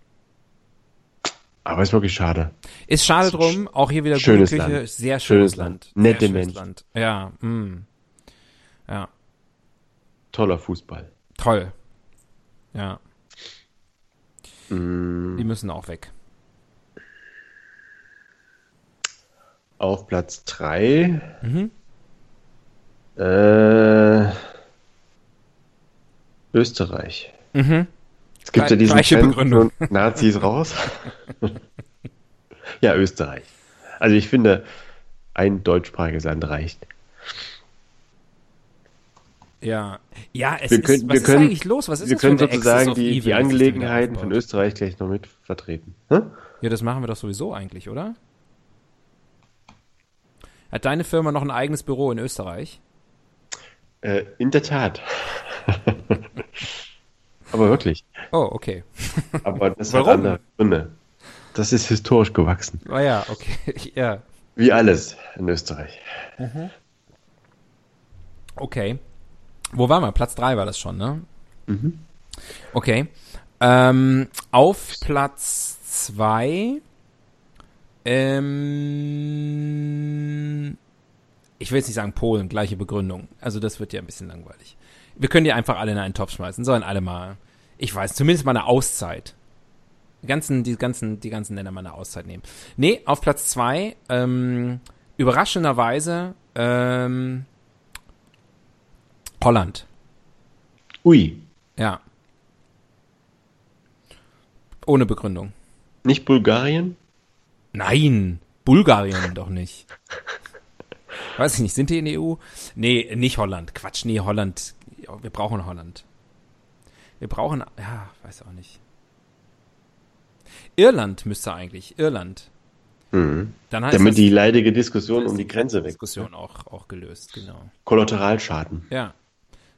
Speaker 2: Aber ist wirklich schade.
Speaker 1: Ist schade drum, auch hier wieder
Speaker 2: Schönes
Speaker 1: gute Küche,
Speaker 2: Land.
Speaker 1: sehr schönes,
Speaker 2: Schönes
Speaker 1: Land.
Speaker 2: Land.
Speaker 1: Sehr
Speaker 2: Nette
Speaker 1: schönes
Speaker 2: Menschen.
Speaker 1: Land. Ja, mm. ja,
Speaker 2: Toller Fußball.
Speaker 1: toll. Ja.
Speaker 2: Mm.
Speaker 1: Die müssen auch weg.
Speaker 2: Auf Platz 3.
Speaker 1: Mhm.
Speaker 2: Äh, Österreich. Es gibt
Speaker 1: Mhm. Gleich-
Speaker 2: ja diesen
Speaker 1: gleiche
Speaker 2: Trend,
Speaker 1: Begründung.
Speaker 2: nun Nazis raus. ja, Österreich. Also ich finde, ein deutschsprachiges Land reicht.
Speaker 1: Ja, ja, es
Speaker 2: Wir
Speaker 1: ist,
Speaker 2: können,
Speaker 1: was
Speaker 2: wir
Speaker 1: ist
Speaker 2: können,
Speaker 1: eigentlich los? Was ist
Speaker 2: wir
Speaker 1: das für
Speaker 2: können
Speaker 1: eine Axis
Speaker 2: sozusagen
Speaker 1: of
Speaker 2: die,
Speaker 1: Evil,
Speaker 2: die
Speaker 1: was sich da wieder
Speaker 2: Angelegenheiten von
Speaker 1: aufbaut?
Speaker 2: Österreich gleich noch mit vertreten. Hm?
Speaker 1: Ja, das machen wir doch sowieso eigentlich, oder? Hat deine Firma noch ein eigenes Büro in Österreich?
Speaker 2: Äh, in der Tat. Aber wirklich.
Speaker 1: Oh, okay.
Speaker 2: Aber das
Speaker 1: Warum?
Speaker 2: hat andere Gründe. Das ist historisch gewachsen.
Speaker 1: Ah ja, okay. ja,
Speaker 2: Wie alles in Österreich.
Speaker 1: okay. Wo waren wir? Platz drei war das schon, ne? Mhm. Okay. Ähm, auf Platz zwei. ähm, ich will jetzt nicht sagen Polen, gleiche Begründung. Also das wird ja ein bisschen langweilig. Wir können die einfach alle in einen Topf schmeißen, sollen alle mal, ich weiß, zumindest mal eine Auszeit. Die ganzen, die ganzen, die ganzen Länder mal eine Auszeit nehmen. Nee, auf Platz zwei, ähm, überraschenderweise, ähm, Holland.
Speaker 2: Ui,
Speaker 1: Ja. Ohne Begründung.
Speaker 2: nicht Bulgarien?
Speaker 1: Nein, Bulgarien doch nicht. Weiß ich nicht, sind die in der EU? Nee, nicht Holland. Quatsch, nee, Holland. Ja, Wir brauchen Holland. Wir brauchen, ja, weiß auch nicht. Irland müsste eigentlich, Irland. Dann heißt
Speaker 2: Mhm. Damit
Speaker 1: Ah, das,
Speaker 2: die leidige Diskussion
Speaker 1: ist
Speaker 2: um die Grenze weg.
Speaker 1: Diskussion auch, auch gelöst, genau.
Speaker 2: Kollateralschaden.
Speaker 1: Ja.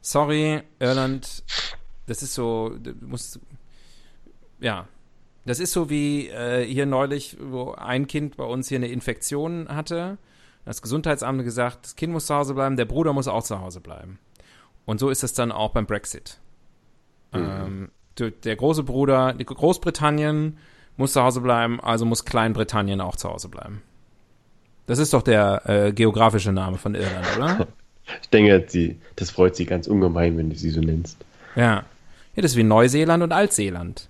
Speaker 1: Sorry, Irland, das ist so, du musst, ja. Das ist so wie äh, hier neulich, wo ein Kind bei uns hier eine Infektion hatte. Das Gesundheitsamt hat gesagt, das Kind muss zu Hause bleiben, der Bruder muss auch zu Hause bleiben. Und so ist es dann auch beim Brexit. Ähm, du- der große Bruder, die Großbritannien muss zu Hause bleiben, also muss Kleinbritannien auch zu Hause bleiben. Das ist doch der äh, geografische Name von Irland, oder?
Speaker 2: Ich denke, sie, das freut sie ganz ungemein, wenn du sie so nennst.
Speaker 1: Ja. Ja, das ist wie Neuseeland und Altseeland.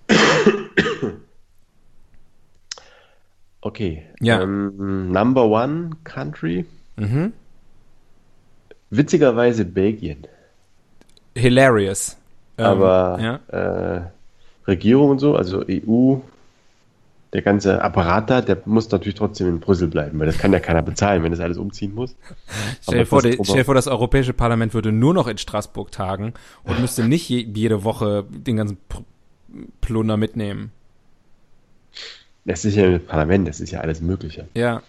Speaker 2: Okay.
Speaker 1: Ja. Mhm.
Speaker 2: Ähm, number one Country? Witzigerweise Belgien.
Speaker 1: Hilarious. Ähm,
Speaker 2: Aber
Speaker 1: Ja.
Speaker 2: äh, Regierung und so, also EU, der ganze Apparat da, der muss natürlich trotzdem in Brüssel bleiben, weil das kann ja keiner bezahlen, wenn das alles umziehen muss.
Speaker 1: Stell dir
Speaker 2: aber
Speaker 1: vor,
Speaker 2: das
Speaker 1: die,
Speaker 2: Ober-
Speaker 1: stell dir vor, das Europäische Parlament würde nur noch in Straßburg tagen und müsste nicht je, jede Woche den ganzen Pr- Plunder mitnehmen.
Speaker 2: Das ist ja ein Parlament, das ist ja alles Mögliche.
Speaker 1: Ja.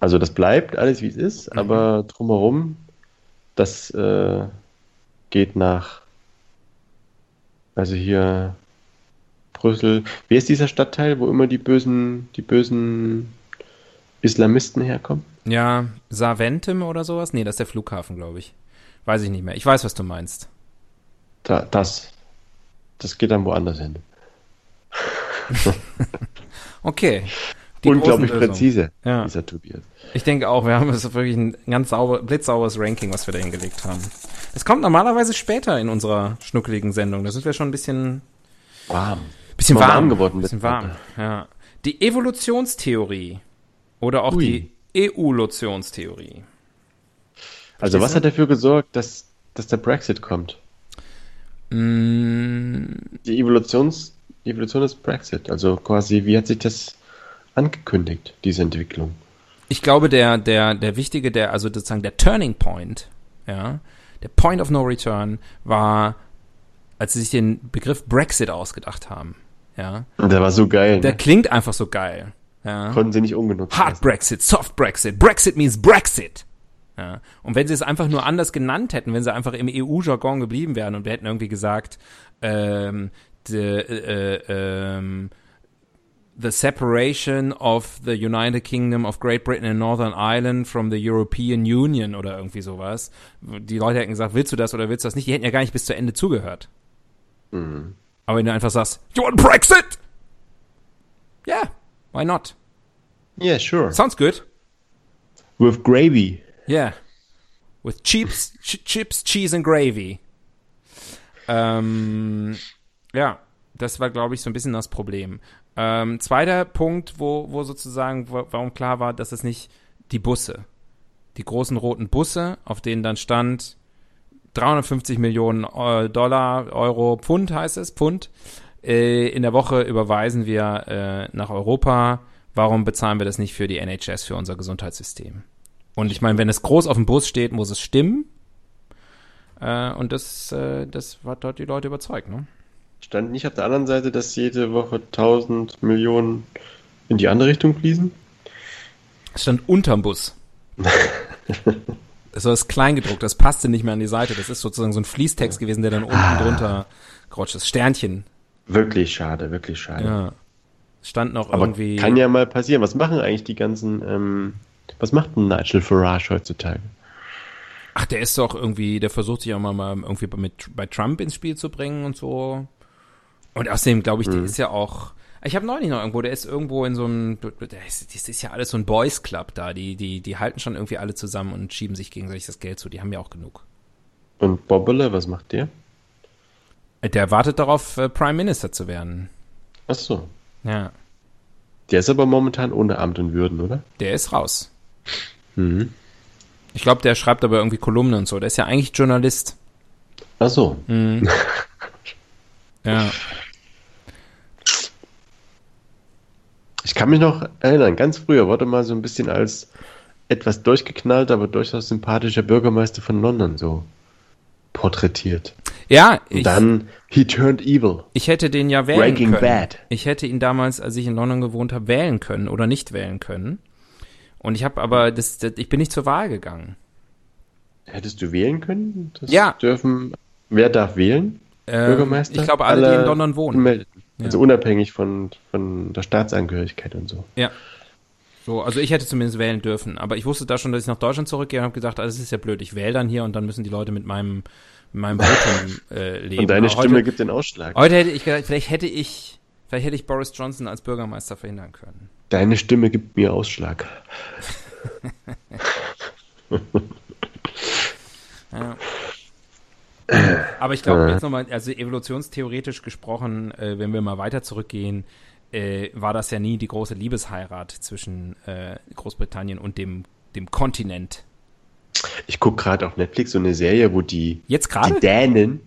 Speaker 2: Also das bleibt alles, wie es ist,
Speaker 1: Mhm.
Speaker 2: aber drumherum, das äh, geht nach, also hier Brüssel. Wer ist dieser Stadtteil, wo immer die bösen, die bösen Islamisten herkommen?
Speaker 1: Ja, Saventem oder sowas? Nee, das ist der Flughafen, glaube ich. Weiß ich nicht mehr. Ich weiß, was du meinst.
Speaker 2: Da, das, das geht dann woanders hin.
Speaker 1: Okay.
Speaker 2: Unglaublich
Speaker 1: Außenlösung.
Speaker 2: präzise,
Speaker 1: Ja.
Speaker 2: dieser Tobias.
Speaker 1: Ich denke auch, wir haben das wirklich ein ganz sauber, blitzsauberes Ranking, was wir da hingelegt haben. Das kommt normalerweise später in unserer schnuckeligen Sendung. Da sind wir schon ein bisschen
Speaker 2: Warm.
Speaker 1: Bisschen
Speaker 2: Mal
Speaker 1: warm,
Speaker 2: warm geworden
Speaker 1: Bisschen
Speaker 2: bist.
Speaker 1: warm, ja. Die Evolutionstheorie oder auch
Speaker 2: Ui.
Speaker 1: die Evolutionstheorie.
Speaker 2: Also
Speaker 1: Verstehst
Speaker 2: was
Speaker 1: du?
Speaker 2: hat dafür gesorgt, dass, dass der Brexit kommt?
Speaker 1: Mm,
Speaker 2: Die Evolutions, die Evolution des Brexit, also quasi, wie hat sich das angekündigt, diese Entwicklung?
Speaker 1: Ich glaube, der der der wichtige, der also sozusagen der Turning Point, ja, der Point of No Return war, als sie sich den Begriff Brexit ausgedacht haben. Ja.
Speaker 2: Der war so geil.
Speaker 1: Der
Speaker 2: ne?
Speaker 1: klingt einfach so geil. Ja.
Speaker 2: Konnten sie nicht ungenutzt
Speaker 1: Hard Brexit, Soft Brexit, Brexit means Brexit. Ja. Und wenn sie es einfach nur anders genannt hätten, wenn sie einfach im EU-Jargon geblieben wären und wir hätten irgendwie gesagt, ähm, the, äh, ähm, the separation of the United Kingdom of Great Britain and Northern Ireland from the European Union oder irgendwie sowas. Die Leute hätten gesagt, willst du das oder willst du das nicht? Die hätten ja gar nicht bis zu Ende zugehört. Aber wenn du einfach sagst, you want Brexit? Yeah, why not?
Speaker 2: Yeah, sure.
Speaker 1: Sounds good.
Speaker 2: With gravy.
Speaker 1: Yeah. With chips, ch chips, cheese and gravy. Ähm, ja, das war, glaube ich, so ein bisschen das Problem. Ähm, zweiter Punkt, wo, wo sozusagen, wa- warum klar war, dass es nicht die Busse, die großen roten Busse, auf denen dann stand 350 Millionen äh, Dollar, Euro, Pfund heißt es, Pfund, äh, in der Woche überweisen wir äh, nach Europa. Warum bezahlen wir das nicht für die NHS, für unser Gesundheitssystem? Und ich meine, wenn es groß auf dem Bus steht, muss es stimmen. Äh, und das, äh, das hat dort die Leute überzeugt, ne?
Speaker 2: Stand nicht auf der anderen Seite, dass jede Woche 1000 Millionen in die andere Richtung fließen?
Speaker 1: Es stand unterm Bus. Das war das Kleingedruckte, das passte nicht mehr an die Seite. Das ist sozusagen so ein Fließtext gewesen, der dann unten
Speaker 2: Ah.
Speaker 1: drunter gerutscht ist. Sternchen.
Speaker 2: Wirklich schade, wirklich schade.
Speaker 1: Ja. Es Stand noch
Speaker 2: Aber
Speaker 1: irgendwie.
Speaker 2: kann ja mal passieren. Was machen eigentlich die ganzen, ähm, was macht ein Nigel Farage heutzutage?
Speaker 1: Ach, der ist doch irgendwie, der versucht sich auch mal, mal irgendwie bei- mit, bei Trump ins Spiel zu bringen und so. Und außerdem glaube
Speaker 2: Mhm.
Speaker 1: ich, der ist ja auch. Ich habe neulich noch irgendwo, der ist irgendwo in so einem, der ist- das ist ja alles so ein Boys Club da. Die, die, die halten schon irgendwie alle zusammen und schieben sich gegenseitig das Geld zu. Die haben ja auch genug.
Speaker 2: Und Bobbele, was macht der?
Speaker 1: Der wartet darauf, äh, Prime Minister zu werden.
Speaker 2: Ach so.
Speaker 1: Ja.
Speaker 2: Der ist aber momentan ohne Amt und Würden, oder?
Speaker 1: Der ist raus.
Speaker 2: Mhm.
Speaker 1: Ich glaube, der schreibt aber irgendwie Kolumnen und so. Der ist ja eigentlich Journalist.
Speaker 2: Ach so.
Speaker 1: Ja.
Speaker 2: Ich kann mich noch erinnern, ganz früher wurde mal so ein bisschen als etwas durchgeknallt, aber durchaus sympathischer Bürgermeister von London so porträtiert.
Speaker 1: Ja,
Speaker 2: Und
Speaker 1: ich,
Speaker 2: dann, he turned evil.
Speaker 1: ich hätte den ja wählen
Speaker 2: Breaking
Speaker 1: können.
Speaker 2: Bad.
Speaker 1: Ich hätte ihn damals, als ich in London gewohnt habe, wählen können oder nicht wählen können. Und ich habe aber, das, das, ich bin nicht zur Wahl gegangen.
Speaker 2: Hättest du wählen können? Das
Speaker 1: Ja.
Speaker 2: dürfen. Wer darf wählen?
Speaker 1: Ähm,
Speaker 2: Bürgermeister?
Speaker 1: ich glaube, alle, die in London wohnen.
Speaker 2: gemeldet. Also unabhängig von, von der Staatsangehörigkeit und so.
Speaker 1: Ja. So, also ich hätte zumindest wählen dürfen. Aber ich wusste da schon, dass ich nach Deutschland zurückgehe und habe gedacht, ah, das ist ja blöd, ich wähle dann hier und dann müssen die Leute mit meinem, mit meinem Votum äh, leben.
Speaker 2: Und deine
Speaker 1: Aber
Speaker 2: Stimme
Speaker 1: heute,
Speaker 2: gibt den Ausschlag.
Speaker 1: Heute hätte ich gedacht, vielleicht hätte ich, vielleicht hätte ich Boris Johnson als Bürgermeister verhindern können.
Speaker 2: Deine Stimme gibt mir Ausschlag.
Speaker 1: Aber ich glaube, jetzt nochmal, also evolutionstheoretisch gesprochen, äh, wenn wir mal weiter zurückgehen, äh, war das ja nie die große Liebesheirat zwischen äh, Großbritannien und dem, dem Kontinent.
Speaker 2: Ich gucke gerade auf Netflix so eine Serie, wo die,
Speaker 1: Jetzt
Speaker 2: die
Speaker 1: gerade?
Speaker 2: Dänen,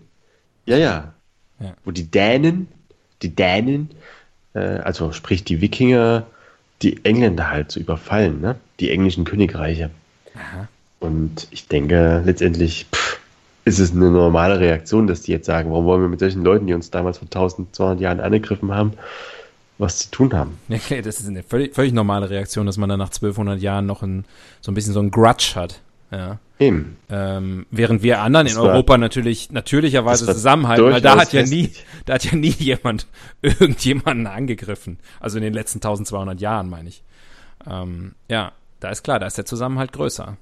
Speaker 2: ja, ja,
Speaker 1: Ja.
Speaker 2: wo die Dänen, die Dänen, äh, also sprich die Wikinger, die Engländer halt so überfallen, ne? die englischen Königreiche. Und ich denke, letztendlich pff, ist es eine normale Reaktion, dass die jetzt sagen, warum wollen wir mit solchen Leuten, die uns damals vor 1200 Jahren angegriffen haben, was zu tun haben?
Speaker 1: Ja, klar, das ist eine völlig, völlig normale Reaktion, dass man dann nach 1200 Jahren noch ein, so ein bisschen so ein Grudge hat. Ja.
Speaker 2: Eben.
Speaker 1: Ähm, während wir anderen in
Speaker 2: Das war-
Speaker 1: Europa natürlich natürlicherweise
Speaker 2: das war
Speaker 1: zusammenhalten, weil da
Speaker 2: durchaus
Speaker 1: hat ja nie,
Speaker 2: hässlich.
Speaker 1: da hat ja nie jemand irgendjemanden angegriffen. Also in den letzten 1200 Jahren meine ich. Ähm, ja, da ist klar, da ist der Zusammenhalt größer.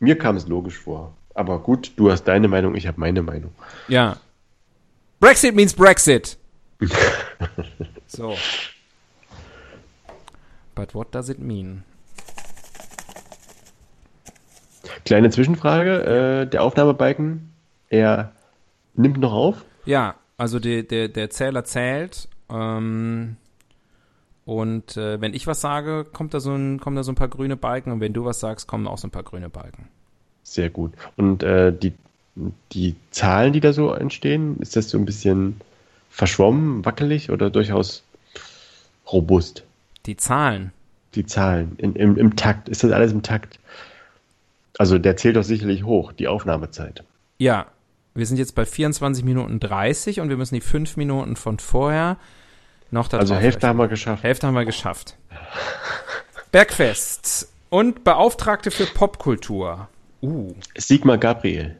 Speaker 2: Mir kam es logisch vor. Aber gut, du hast deine Meinung, ich habe meine Meinung.
Speaker 1: Ja. Brexit means Brexit. so. But what does it mean?
Speaker 2: Kleine Zwischenfrage, äh, der Aufnahmebalken, er nimmt noch auf.
Speaker 1: Ja, also der, der, der Zähler zählt. Ähm, und äh, wenn ich was sage, kommt da so ein, kommen da so ein paar grüne Balken. Und wenn du was sagst, kommen auch so ein paar grüne Balken.
Speaker 2: Sehr gut. Und äh, die, die Zahlen, die da so entstehen, ist das so ein bisschen verschwommen, wackelig oder durchaus robust?
Speaker 1: Die Zahlen.
Speaker 2: Die Zahlen in, im, im Takt, ist das alles im Takt? Also der zählt doch sicherlich hoch, die Aufnahmezeit.
Speaker 1: Ja, wir sind jetzt bei 24 Minuten 30 und wir müssen die 5 Minuten von vorher noch dazu.
Speaker 2: Also Hälfte haben wir geschafft.
Speaker 1: Hälfte haben wir geschafft. Bergfest und Beauftragte für Popkultur. Uh,
Speaker 2: Sigmar Gabriel.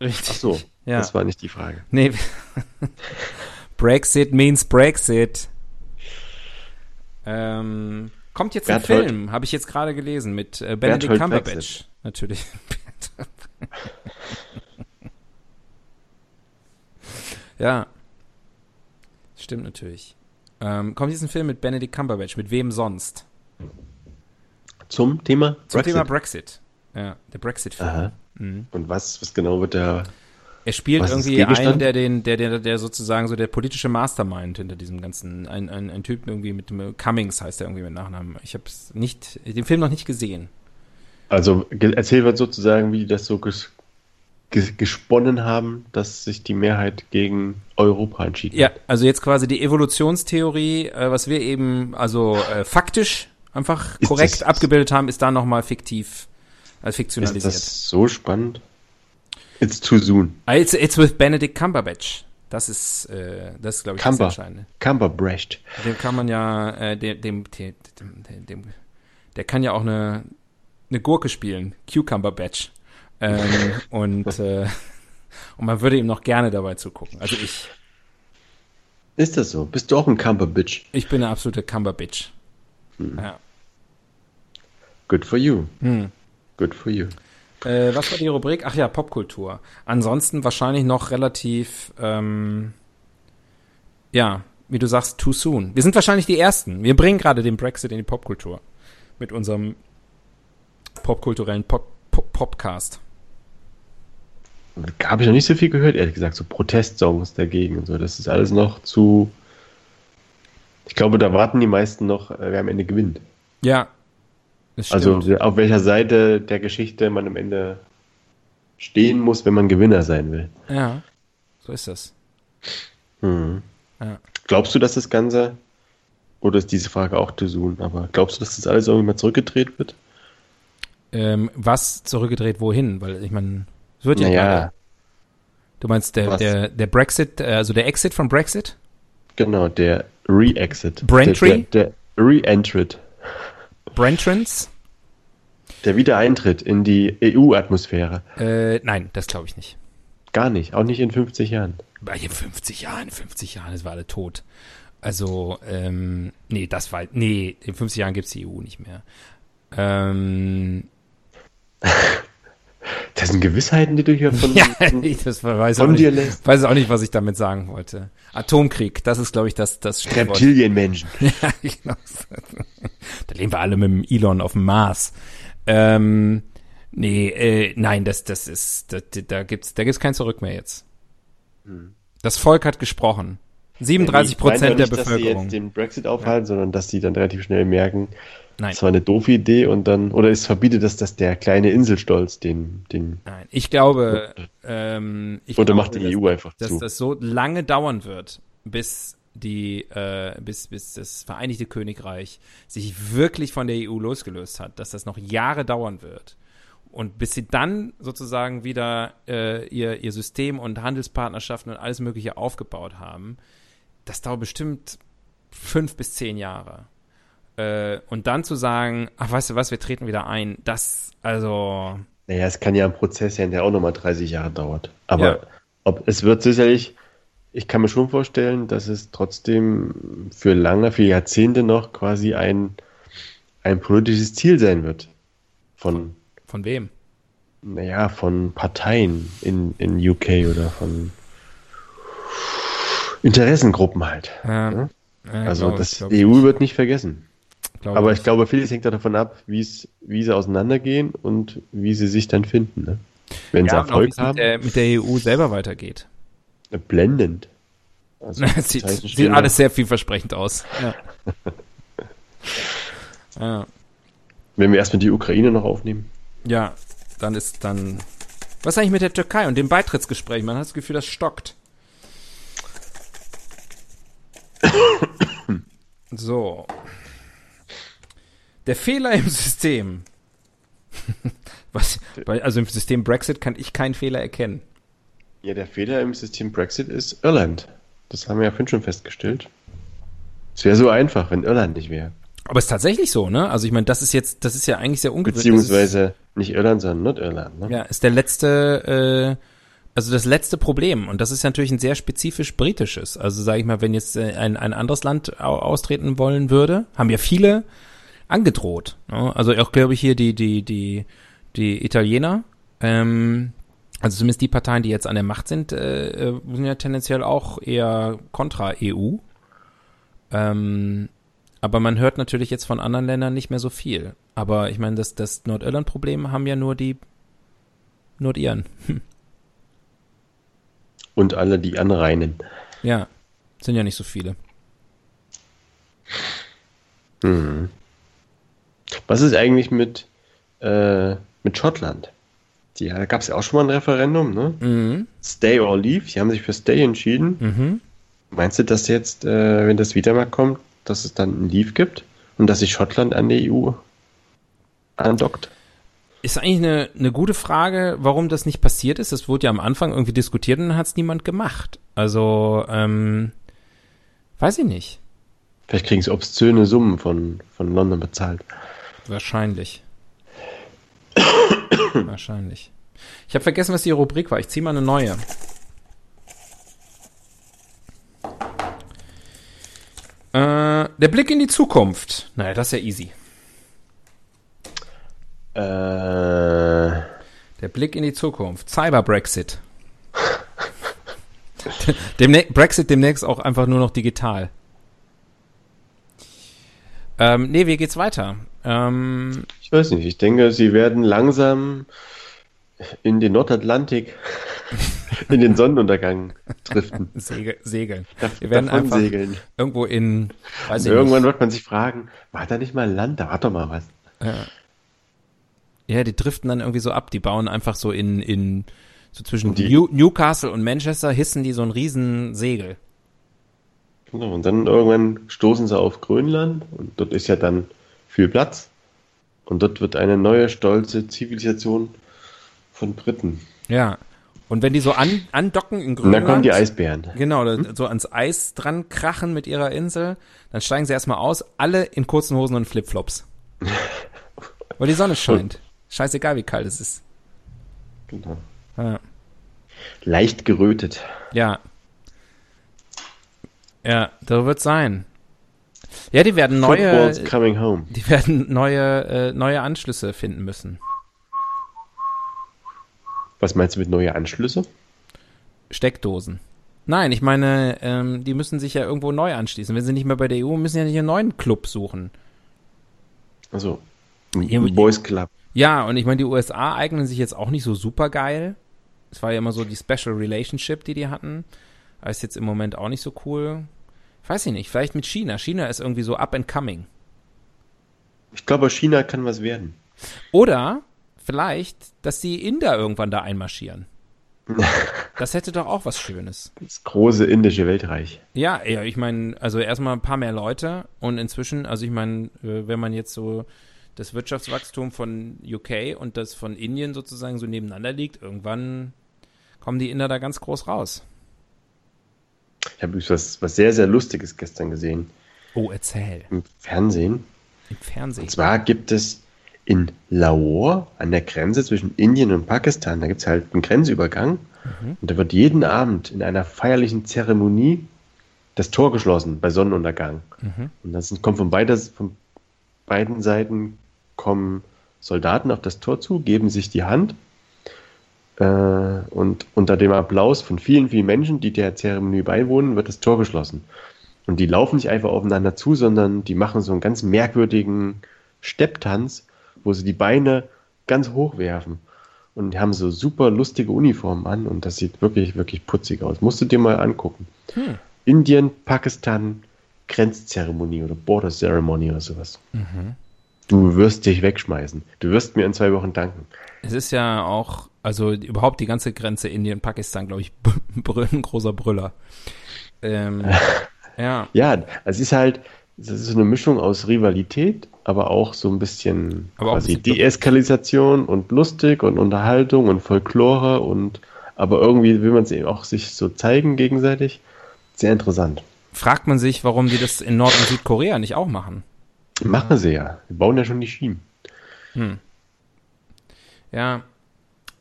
Speaker 1: richtig.
Speaker 2: Ach so,
Speaker 1: Ja.
Speaker 2: das war nicht die Frage.
Speaker 1: Nee. Brexit means Brexit. Ähm, kommt jetzt ein
Speaker 2: Berthold.
Speaker 1: Film, habe ich jetzt gerade gelesen, mit äh, Benedict
Speaker 2: Berthold
Speaker 1: Cumberbatch.
Speaker 2: Brexit.
Speaker 1: Natürlich. ja. Stimmt natürlich. Ähm, kommt jetzt ein Film mit Benedict Cumberbatch, mit wem sonst?
Speaker 2: Zum Thema
Speaker 1: Zum
Speaker 2: Brexit.
Speaker 1: Thema Brexit. Ja, der Brexit-Film.
Speaker 2: Aha. Und was, was genau wird da?
Speaker 1: Er spielt
Speaker 2: Was ist
Speaker 1: irgendwie einen,
Speaker 2: Gegenstand?
Speaker 1: der den, der, der, der sozusagen so der politische Mastermind hinter diesem ganzen, ein, ein, ein Typ irgendwie mit dem Cummings heißt er irgendwie mit Nachnamen. Ich habe nicht, den Film noch nicht gesehen.
Speaker 2: Also ge- erzählt wird sozusagen, wie die das so ges ges gesponnen haben, dass sich die Mehrheit gegen Europa entschieden
Speaker 1: Ja,
Speaker 2: hat.
Speaker 1: also jetzt quasi die Evolutionstheorie, äh, was wir eben, also äh, faktisch einfach
Speaker 2: Ist
Speaker 1: korrekt
Speaker 2: das-
Speaker 1: abgebildet haben, ist da nochmal fiktiv, also
Speaker 2: Ist
Speaker 1: fiktionalisiert.
Speaker 2: das so spannend? It's too soon.
Speaker 1: Ah, It's, it's with Benedict Cumberbatch. Das ist, äh, das ist, glaube ich,
Speaker 2: Cumber.
Speaker 1: das Entscheidende.
Speaker 2: Cumberbrecht.
Speaker 1: Dem kann man ja, äh, dem, dem, dem, dem, dem, der kann ja auch eine, eine Gurke spielen, Cucumber Batch. Ähm, und, äh, und man würde ihm noch gerne dabei zugucken. Also ich,
Speaker 2: Ist das so? Bist du auch ein Cumberbitch?
Speaker 1: ich bin eine absolute Cumberbitch. Ja.
Speaker 2: Good for you. Good for you.
Speaker 1: Äh, was war die Rubrik? Ach ja, Popkultur. Ansonsten wahrscheinlich noch relativ, ähm, ja, wie du sagst, too soon. Wir sind wahrscheinlich die Ersten. Wir bringen gerade den Brexit in die Popkultur. Mit unserem popkulturellen Pop Pop Popcast.
Speaker 2: Da habe ich noch nicht so viel gehört, ehrlich gesagt. So Protestsongs dagegen und so. Das ist alles noch zu. Ich glaube, da warten die meisten noch, äh, wer am Ende gewinnt.
Speaker 1: Ja. Das
Speaker 2: Also
Speaker 1: stimmt.
Speaker 2: auf welcher Seite der Geschichte man am Ende stehen muss, wenn man Gewinner sein will.
Speaker 1: ja. So ist das.
Speaker 2: Glaubst du, dass das Ganze, oder ist diese Frage auch zu soon, aber glaubst du, dass das alles irgendwie mal zurückgedreht wird?
Speaker 1: Ähm, was zurückgedreht wohin? Weil ich meine, es wird ja. gerade- Du meinst der,
Speaker 2: Was?
Speaker 1: der, der Brexit, äh, also der Exit von Brexit?
Speaker 2: genau, der Re-Exit.
Speaker 1: Brentry?
Speaker 2: Der, der Re-Entrit.
Speaker 1: Brentrance?
Speaker 2: Der Wiedereintritt in die E EU-Atmosphäre.
Speaker 1: Äh, nein, das glaube ich nicht.
Speaker 2: Gar nicht, auch nicht in 50 Jahren.
Speaker 1: Bei den 50 Jahren, 50 Jahren, das war alle tot. Also, ähm, nee, das war, nee, in 50 Jahren gibt's die EU nicht mehr. Ähm,
Speaker 2: Das sind Gewissheiten, die du hier von.
Speaker 1: ja, das war- weiß, auch
Speaker 2: Von dir
Speaker 1: nicht,
Speaker 2: lässt-
Speaker 1: weiß auch nicht, was ich damit sagen wollte. Atomkrieg, das ist, glaube ich, das, das Stichwort.
Speaker 2: Reptilienmenschen.
Speaker 1: Ja, genau. da leben wir alle mit dem Elon auf dem Mars. Ähm, nee, äh, nein, das, das ist, da, da gibt's, da gibt's kein Zurück mehr jetzt. Das Volk hat gesprochen. 37 Prozent der
Speaker 2: Ich meine doch Hm. nicht, Dass sie
Speaker 1: Bevölkerung.
Speaker 2: jetzt den Brexit aufhalten, sondern dass sie dann relativ schnell merken,
Speaker 1: Nein,
Speaker 2: das war eine doofe Idee und dann, oder es verbietet das, dass der kleine Inselstolz den, den,
Speaker 1: nein. Ich glaube, ähm, ich
Speaker 2: oder
Speaker 1: glaube,
Speaker 2: macht die EU einfach
Speaker 1: dass,
Speaker 2: zu.
Speaker 1: dass das so lange dauern wird, bis die, äh, bis, bis das Vereinigte Königreich sich wirklich von der EU losgelöst hat, dass das noch Jahre dauern wird. Und bis sie dann sozusagen wieder äh, ihr, ihr System und Handelspartnerschaften und alles Mögliche aufgebaut haben, das dauert bestimmt fünf bis zehn Jahre. Äh, und dann zu sagen, ach weißt du was, wir treten wieder ein, das, also,
Speaker 2: Naja, es kann ja ein Prozess sein, der auch nochmal 30 Jahre dauert. Aber
Speaker 1: Ja.
Speaker 2: ob, es wird sicherlich, ich kann mir schon vorstellen, dass es trotzdem für lange, für Jahrzehnte noch quasi ein, ein politisches Ziel sein wird. Von,
Speaker 1: von wem?
Speaker 2: naja, von Parteien in, in UK oder von Interessengruppen halt.
Speaker 1: Ähm, äh,
Speaker 2: Also
Speaker 1: glaub-
Speaker 2: das
Speaker 1: glaub
Speaker 2: EU
Speaker 1: ich-
Speaker 2: wird nicht vergessen.
Speaker 1: glaub
Speaker 2: Aber
Speaker 1: ich-
Speaker 2: ich glaube, vieles hängt auch davon ab, wie es, wie sie auseinandergehen und wie sie sich dann finden. Ne? Wenn sie
Speaker 1: Ja, und auch wie
Speaker 2: Erfolg
Speaker 1: es
Speaker 2: haben. äh,
Speaker 1: mit der, äh, mit der EU selber weitergeht.
Speaker 2: Blendend. Also,
Speaker 1: Es sieht,
Speaker 2: Zeichen
Speaker 1: sieht
Speaker 2: stehen
Speaker 1: alles sehr vielversprechend aus. Ja. ja,
Speaker 2: noch. Wenn wir erstmal die Ukraine noch aufnehmen.
Speaker 1: ja, dann ist dann. Was ist eigentlich mit der Türkei und dem Beitrittsgespräch? Man hat das Gefühl, das stockt. So. Der Fehler im System. Was, weil, also im System Brexit kann ich keinen Fehler erkennen.
Speaker 2: Ja, der Fehler im System Brexit ist Irland. Das haben wir ja vorhin schon festgestellt. Es wäre so einfach, wenn Irland nicht wäre.
Speaker 1: Aber es ist tatsächlich so, ne? Also ich meine, das ist jetzt, das ist ja eigentlich sehr ungewöhnlich.
Speaker 2: Beziehungsweise nicht Irland, sondern Nordirland. Ne?
Speaker 1: Ja, ist der letzte, äh, also das letzte Problem. Und das ist natürlich ein sehr spezifisch britisches. Also sage ich mal, wenn jetzt äh, ein, ein anderes Land au austreten wollen würde, haben ja viele angedroht. Ne? Also auch, glaube ich, hier die, die, die, die Italiener, ähm, also zumindest die Parteien, die jetzt an der Macht sind, äh, sind ja tendenziell auch eher kontra EU. Ähm, aber man hört natürlich jetzt von anderen Ländern nicht mehr so viel. Aber ich meine, das, das Nordirland-Problem haben ja nur die Nordiren.
Speaker 2: Und alle, die anreinen.
Speaker 1: Ja, sind ja nicht so viele.
Speaker 2: Hm. Was ist eigentlich mit, äh, mit Schottland? Die, da gab es ja auch schon mal ein Referendum, ne?
Speaker 1: Mhm.
Speaker 2: Stay or leave, die haben sich für Stay entschieden.
Speaker 1: Mhm.
Speaker 2: Meinst du, dass jetzt, äh, wenn das wieder mal kommt, dass es dann ein Leave gibt und dass sich Schottland an die EU andockt?
Speaker 1: Ist eigentlich eine, eine gute Frage, warum das nicht passiert ist. Das wurde ja am Anfang irgendwie diskutiert und dann hat es niemand gemacht. Also, ähm, weiß ich nicht.
Speaker 2: Vielleicht kriegen sie obszöne Summen von, von London bezahlt.
Speaker 1: Wahrscheinlich. Wahrscheinlich. Ich habe vergessen, was die Rubrik war. Ich ziehe mal eine neue. Äh, der Blick in die Zukunft. Naja, das ist ja easy.
Speaker 2: Äh,
Speaker 1: Der Blick in die Zukunft. Cyber-Brexit. Demne Brexit demnächst auch einfach nur noch digital. Ähm, nee, wie geht's weiter? Ähm,
Speaker 2: ich weiß nicht, ich denke, sie werden langsam in den Nordatlantik, in den Sonnenuntergang driften.
Speaker 1: segel, segeln.
Speaker 2: Dav-
Speaker 1: Wir werden
Speaker 2: davon
Speaker 1: einfach
Speaker 2: segeln.
Speaker 1: irgendwo in, weiß ich nicht,
Speaker 2: Irgendwann wird man sich fragen, war da nicht mal Land? Da war doch mal was.
Speaker 1: Ja, die driften dann irgendwie so ab. Die bauen einfach so in, in so zwischen
Speaker 2: Die-
Speaker 1: New, Newcastle und Manchester hissen die so ein riesen Segel.
Speaker 2: Genau, und dann irgendwann stoßen sie auf Grönland und dort ist ja dann viel Platz. Und dort wird eine neue, stolze Zivilisation von Briten.
Speaker 1: Ja. Und wenn die so an, andocken in
Speaker 2: Und
Speaker 1: Grönland.
Speaker 2: dann kommen die Eisbären.
Speaker 1: Genau, da- so ans Eis dran krachen mit ihrer Insel, dann steigen sie erstmal aus, alle in kurzen Hosen und Flipflops. Weil die Sonne scheint. Scheißegal, wie kalt es ist.
Speaker 2: Genau.
Speaker 1: Ah, Ja.
Speaker 2: Leicht gerötet.
Speaker 1: Ja. Ja, so wird's sein. Ja, die werden neue,
Speaker 2: Football's coming home.
Speaker 1: die werden neue, äh, neue Anschlüsse finden müssen.
Speaker 2: Was meinst du mit neue Anschlüsse?
Speaker 1: Steckdosen. Nein, ich meine, ähm, die müssen sich ja irgendwo neu anschließen. Wenn sie nicht mehr bei der EU, müssen sie ja nicht einen neuen Club suchen.
Speaker 2: Also,
Speaker 1: Ja, aber-
Speaker 2: Boys Club.
Speaker 1: Ja, und ich meine, die USA eignen sich jetzt auch nicht so super geil. Es war ja immer so die Special Relationship, die die hatten. Aber ist jetzt im Moment auch nicht so cool. Weiß ich nicht, vielleicht mit China. China ist irgendwie so up and coming.
Speaker 2: Ich glaube, aus China kann was werden.
Speaker 1: Oder vielleicht, dass die Inder irgendwann da einmarschieren. Das hätte doch auch was Schönes.
Speaker 2: Das große indische Weltreich.
Speaker 1: Ja, ja, ich meine, also erstmal ein paar mehr Leute und inzwischen, also ich meine, äh, wenn man jetzt so das Wirtschaftswachstum von UK und das von Indien sozusagen so nebeneinander liegt, irgendwann kommen die Inder da ganz groß raus.
Speaker 2: Ich habe übrigens was, was sehr, sehr Lustiges gestern gesehen
Speaker 1: Oh, erzähl.
Speaker 2: im Fernsehen.
Speaker 1: Im Fernsehen.
Speaker 2: Und zwar gibt es in Lahore an der Grenze zwischen Indien und Pakistan, da gibt es halt einen Grenzübergang und da wird jeden Abend in einer feierlichen Zeremonie das Tor geschlossen bei Sonnenuntergang. Und das kommt von, beides, von beiden Seiten kommen Soldaten auf das Tor zu, geben sich die Hand äh, und unter dem Applaus von vielen, vielen Menschen, die der Zeremonie beiwohnen, wird das Tor geschlossen. Und die laufen nicht einfach aufeinander zu, sondern die machen so einen ganz merkwürdigen Stepptanz, wo sie die Beine ganz hoch werfen. Und die haben so super lustige Uniformen an und das sieht wirklich, wirklich putzig aus. Musst du dir mal angucken.
Speaker 1: Hm.
Speaker 2: Indien, Pakistan, Grenzzeremonie oder Border Ceremony oder sowas. Du wirst dich wegschmeißen. Du wirst mir in zwei Wochen danken.
Speaker 1: Es ist ja auch, also überhaupt die ganze Grenze Indien-Pakistan, glaube ich, ein großer Brüller. Ähm, ja,
Speaker 2: Ja, es ist halt, Das ist so eine Mischung aus Rivalität, aber auch so ein bisschen
Speaker 1: Aber auch
Speaker 2: quasi
Speaker 1: ein bisschen-
Speaker 2: Deeskalation und lustig und Unterhaltung und Folklore und aber irgendwie will man es eben auch sich so zeigen gegenseitig. Sehr interessant.
Speaker 1: Fragt man sich, warum die das in Nord- und Südkorea nicht auch machen.
Speaker 2: Machen sie ja. Wir bauen ja schon die Schienen.
Speaker 1: Ja.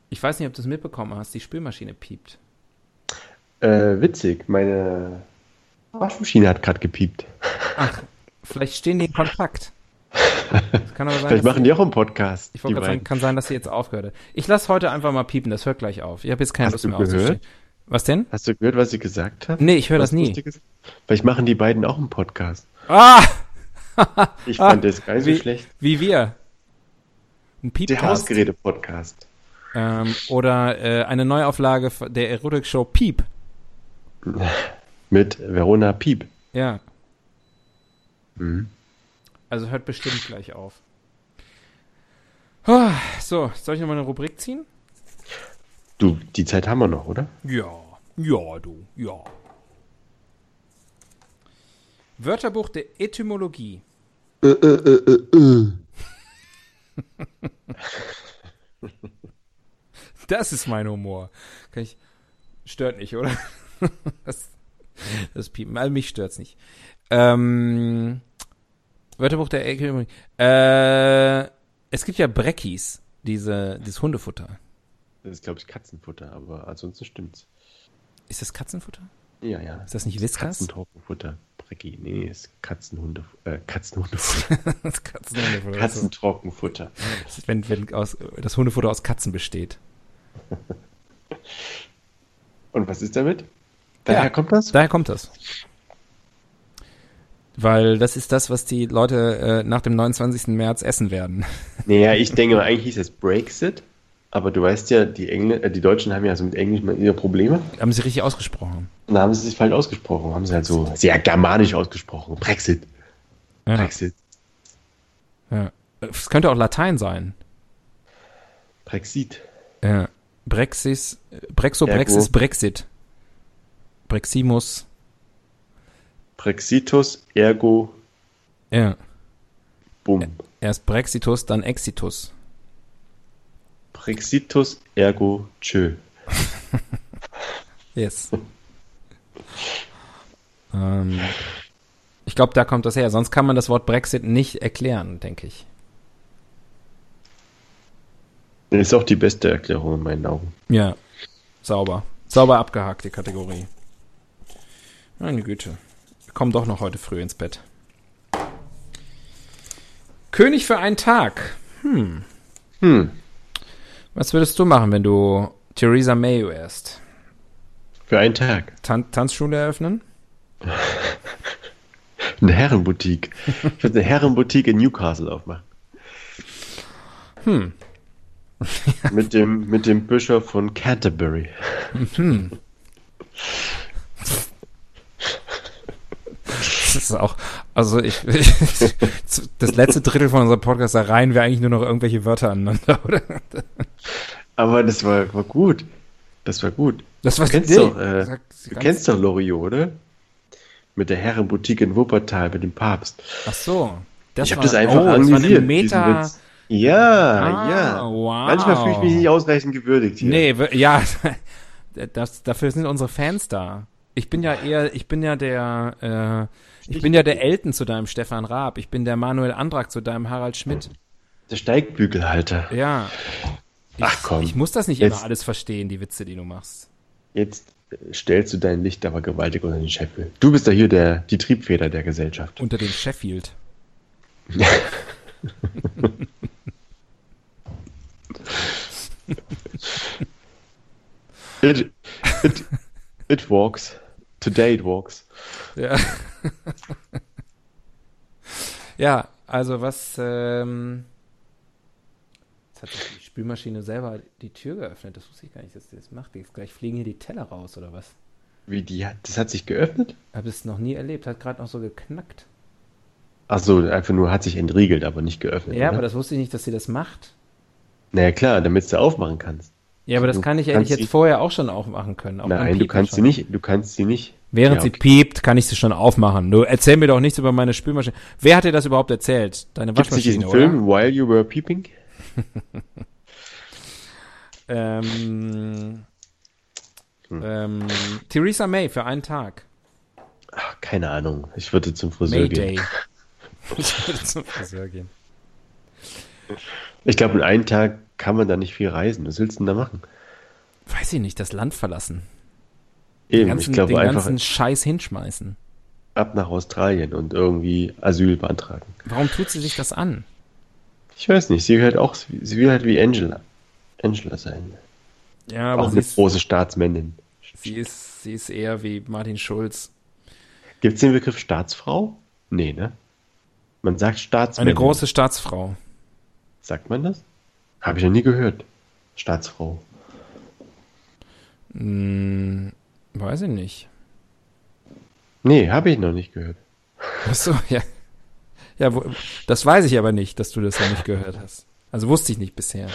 Speaker 1: Ich weiß nicht, ob du es mitbekommen hast. Die Spülmaschine piept.
Speaker 2: Äh, witzig, meine Waschmaschine hat gerade gepiept.
Speaker 1: Ach, vielleicht stehen die in Kontakt. Das kann aber sein.
Speaker 2: Vielleicht
Speaker 1: dass-
Speaker 2: machen die auch einen Podcast.
Speaker 1: ich wollte
Speaker 2: die
Speaker 1: gerade sagen,
Speaker 2: beiden.
Speaker 1: kann sein, dass sie jetzt aufgehört hat. Ich lasse heute einfach mal piepen, das hört gleich auf. Ich habe jetzt keine
Speaker 2: Hast
Speaker 1: Lust
Speaker 2: du
Speaker 1: mehr
Speaker 2: gehört?
Speaker 1: aufzustehen. Was denn?
Speaker 2: Hast du gehört, was sie gesagt hat?
Speaker 1: Nee, ich höre
Speaker 2: Was
Speaker 1: das nie.
Speaker 2: Lustiges? Vielleicht machen die beiden auch einen Podcast.
Speaker 1: Ah!
Speaker 2: Ich
Speaker 1: Ah,
Speaker 2: fand das gar nicht so
Speaker 1: wie,
Speaker 2: schlecht.
Speaker 1: Wie wir. Ein
Speaker 2: Der
Speaker 1: Piepcast.
Speaker 2: Hausgeräte-Podcast.
Speaker 1: Ähm, oder äh, eine Neuauflage f- der Erotik-Show Piep.
Speaker 2: Mit Verona Piep.
Speaker 1: Ja.
Speaker 2: Mhm.
Speaker 1: Also hört bestimmt gleich auf. Ah, So, soll ich nochmal eine Rubrik ziehen?
Speaker 2: Du, die Zeit haben wir noch, oder?
Speaker 1: Ja, ja, du, ja. Wörterbuch der Etymologie. Das ist mein Humor. Kann ich, stört nicht, oder? Das, das Piepen. Also mich stört's nicht. Ähm, Wörterbuch der Etymologie. Äh, es gibt ja Breckis, diese, dieses Hundefutter.
Speaker 2: Das ist, glaube ich, Katzenfutter, aber ansonsten stimmt's.
Speaker 1: Ist das Katzenfutter?
Speaker 2: Ja, ja.
Speaker 1: Ist das nicht Whiskas?
Speaker 2: Katzentrockenfutter. Brecki. Nee, ist Katzenhunde, äh,
Speaker 1: Also.
Speaker 2: Katzenhundefutter.
Speaker 1: Das Katzenhundefutter.
Speaker 2: Katzentrockenfutter.
Speaker 1: Das- Wenn, wenn aus, das Hundefutter aus Katzen besteht.
Speaker 2: Und was ist damit? Daher kommt das?
Speaker 1: Daher kommt das. Weil das ist das, was die Leute äh, nach dem 29. März essen werden.
Speaker 2: Naja, ich denke mal, eigentlich hieß es Brexit. Aber du weißt ja, die, Engl äh, die Deutschen haben ja so mit Englisch mal ihre Probleme.
Speaker 1: Haben sie richtig ausgesprochen.
Speaker 2: Und da haben sie sich falsch ausgesprochen. Haben sie halt so sehr germanisch ausgesprochen. Brexit.
Speaker 1: Ja,
Speaker 2: Brexit.
Speaker 1: ja. Es könnte auch Latein sein.
Speaker 2: Brexit.
Speaker 1: Ja. Brexis, äh, Brexo,
Speaker 2: Ergo.
Speaker 1: Brexis, Brexit. Breximus.
Speaker 2: Brexitus ergo
Speaker 1: Ja.
Speaker 2: bum.
Speaker 1: Erst Brexitus, dann Exitus.
Speaker 2: Brexitus ergo tschö.
Speaker 1: Yes. ähm, ich glaube, da kommt das her. Sonst kann man das Wort Brexit nicht erklären, denke ich.
Speaker 2: Das ist auch die beste Erklärung in meinen Augen.
Speaker 1: Ja, sauber. Sauber abgehakt, die Kategorie. Meine Güte. Wir kommen doch noch heute früh ins Bett. König für einen Tag.
Speaker 2: Hm.
Speaker 1: Was würdest du machen, wenn du Theresa May wärst?
Speaker 2: Für einen Tag.
Speaker 1: Tan Tanzschule eröffnen?
Speaker 2: Eine Herrenboutique. Ich würde eine Herrenboutique in Newcastle aufmachen. Hm. mit, dem, mit dem Bischof von Canterbury.
Speaker 1: Das ist auch, also ich, das letzte Drittel von unserem Podcast, da reihen wir eigentlich nur noch irgendwelche Wörter aneinander, oder?
Speaker 2: Aber das war, war gut. Das war gut.
Speaker 1: Das war
Speaker 2: du kennst
Speaker 1: nee,
Speaker 2: doch, äh,
Speaker 1: sag-
Speaker 2: du kennst doch Loriot, oder? Mit der Herrenboutique in Wuppertal mit dem Papst.
Speaker 1: Ach so. Das
Speaker 2: ich habe
Speaker 1: war-
Speaker 2: das einfach
Speaker 1: oh, das war eine
Speaker 2: analysiert. diesen
Speaker 1: Meta,
Speaker 2: Witz. Ja,
Speaker 1: Ah,
Speaker 2: ja.
Speaker 1: wow.
Speaker 2: Manchmal fühle ich mich nicht ausreichend gewürdigt hier.
Speaker 1: Nee, wir- ja, das, dafür sind unsere Fans da. Ich bin ja eher, ich bin ja der, äh, ich bin ja der Elten zu deinem Stefan Raab. Ich bin der Manuel Andrak zu deinem Harald Schmidt.
Speaker 2: Der Steigbügelhalter.
Speaker 1: Ja. Ich,
Speaker 2: Ach komm.
Speaker 1: Ich muss das nicht
Speaker 2: Jetzt-
Speaker 1: immer alles verstehen, die Witze, die du machst.
Speaker 2: Jetzt äh, stellst du dein Licht aber gewaltig unter den Scheffel. Du bist ja hier der, die Triebfeder der Gesellschaft.
Speaker 1: Unter dem Sheffield.
Speaker 2: It, it, it walks. Today it walks.
Speaker 1: Ja. ja, also was, ähm, jetzt hat sich die Spülmaschine selber die Tür geöffnet. Das wusste ich gar nicht, dass die das macht. Jetzt gleich fliegen hier die Teller raus, oder was?
Speaker 2: Wie die hat, das hat sich geöffnet?
Speaker 1: Hab es noch nie erlebt, hat gerade noch so geknackt.
Speaker 2: Achso, einfach nur hat sich entriegelt, aber nicht geöffnet.
Speaker 1: Ja,
Speaker 2: oder?
Speaker 1: aber das wusste ich nicht, dass sie das macht.
Speaker 2: Naja, klar, damit du aufmachen kannst.
Speaker 1: Ja, aber das
Speaker 2: Du
Speaker 1: kann ich
Speaker 2: kannst
Speaker 1: eigentlich jetzt
Speaker 2: sie-
Speaker 1: vorher auch schon aufmachen können. Auch beim
Speaker 2: Nein, du
Speaker 1: Piepen
Speaker 2: kannst sie
Speaker 1: schon.
Speaker 2: nicht, du kannst sie nicht.
Speaker 1: Während
Speaker 2: Ja,
Speaker 1: sie piept, kann ich sie schon aufmachen. Du erzähl mir doch nichts über meine Spülmaschine. Wer hat dir das überhaupt erzählt? Deine
Speaker 2: Gibt es nicht diesen
Speaker 1: Waschmaschine, oder?
Speaker 2: Film, While You Were Peeping?
Speaker 1: Ähm,
Speaker 2: Hm.
Speaker 1: ähm, Theresa May für einen Tag.
Speaker 2: Ach, Ah, keine Ahnung. Ich würde zum Friseur
Speaker 1: Mayday.
Speaker 2: gehen.
Speaker 1: Ich würde zum Friseur gehen.
Speaker 2: Ich glaube, in einem Tag kann man da nicht viel reisen. Was willst du denn da machen?
Speaker 1: Weiß ich nicht, das Land verlassen. Den
Speaker 2: Eben,
Speaker 1: ganzen,
Speaker 2: ich glaube
Speaker 1: den
Speaker 2: einfach
Speaker 1: ganzen Scheiß hinschmeißen.
Speaker 2: ab nach Australien und irgendwie Asyl beantragen.
Speaker 1: Warum tut sie sich das an?
Speaker 2: Ich weiß nicht, sie will halt auch, sie will halt wie Angela. Angela sein.
Speaker 1: Ja,
Speaker 2: auch
Speaker 1: aber sie
Speaker 2: eine
Speaker 1: ist,
Speaker 2: große Staatsmännin.
Speaker 1: sie, ist, sie ist eher wie Martin Schulz.
Speaker 2: Gibt es den Begriff Staatsfrau? Nee, ne? Man sagt Staatsmännin.
Speaker 1: Eine große Staatsfrau.
Speaker 2: Sagt man das? Habe ich noch nie gehört. Staatsfrau.
Speaker 1: Hm, weiß ich nicht.
Speaker 2: Nee, habe ich noch nicht gehört.
Speaker 1: Ach so, ja. Ja, wo, das weiß ich aber nicht, dass du das noch nicht gehört hast. Also wusste ich nicht bisher.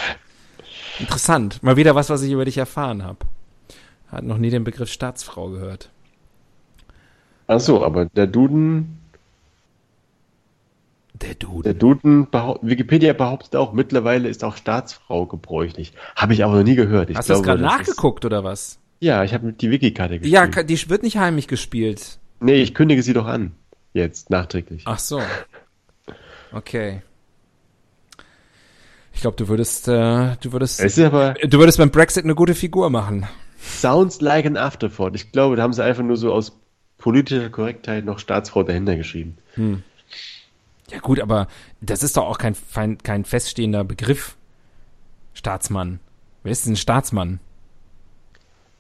Speaker 1: Interessant. Mal wieder was, was ich über dich erfahren habe. Hat noch nie den Begriff Staatsfrau gehört.
Speaker 2: Ach so, aber der Duden,
Speaker 1: Der
Speaker 2: der
Speaker 1: Dude.
Speaker 2: Duden, behau- Wikipedia behauptet auch, mittlerweile ist auch Staatsfrau gebräuchlich. Habe ich aber noch nie gehört. Ich
Speaker 1: Hast du das
Speaker 2: glaube,
Speaker 1: gerade
Speaker 2: ist-
Speaker 1: nachgeguckt oder was?
Speaker 2: ja, ich habe die Wikikarte gespielt.
Speaker 1: Ja, ka- die wird nicht heimlich gespielt.
Speaker 2: nee, ich kündige sie doch an. Jetzt, nachträglich.
Speaker 1: Ach so. Okay. Ich glaube, du würdest, äh, du würdest,
Speaker 2: Es ist aber,
Speaker 1: du würdest beim Brexit eine gute Figur machen.
Speaker 2: sounds like an afterthought. Ich glaube, da haben sie einfach nur so aus politischer Korrektheit noch Staatsfrau dahinter geschrieben.
Speaker 1: Ja gut, aber das ist doch auch kein, fein- kein feststehender Begriff. Staatsmann. Wer ist denn ein Staatsmann?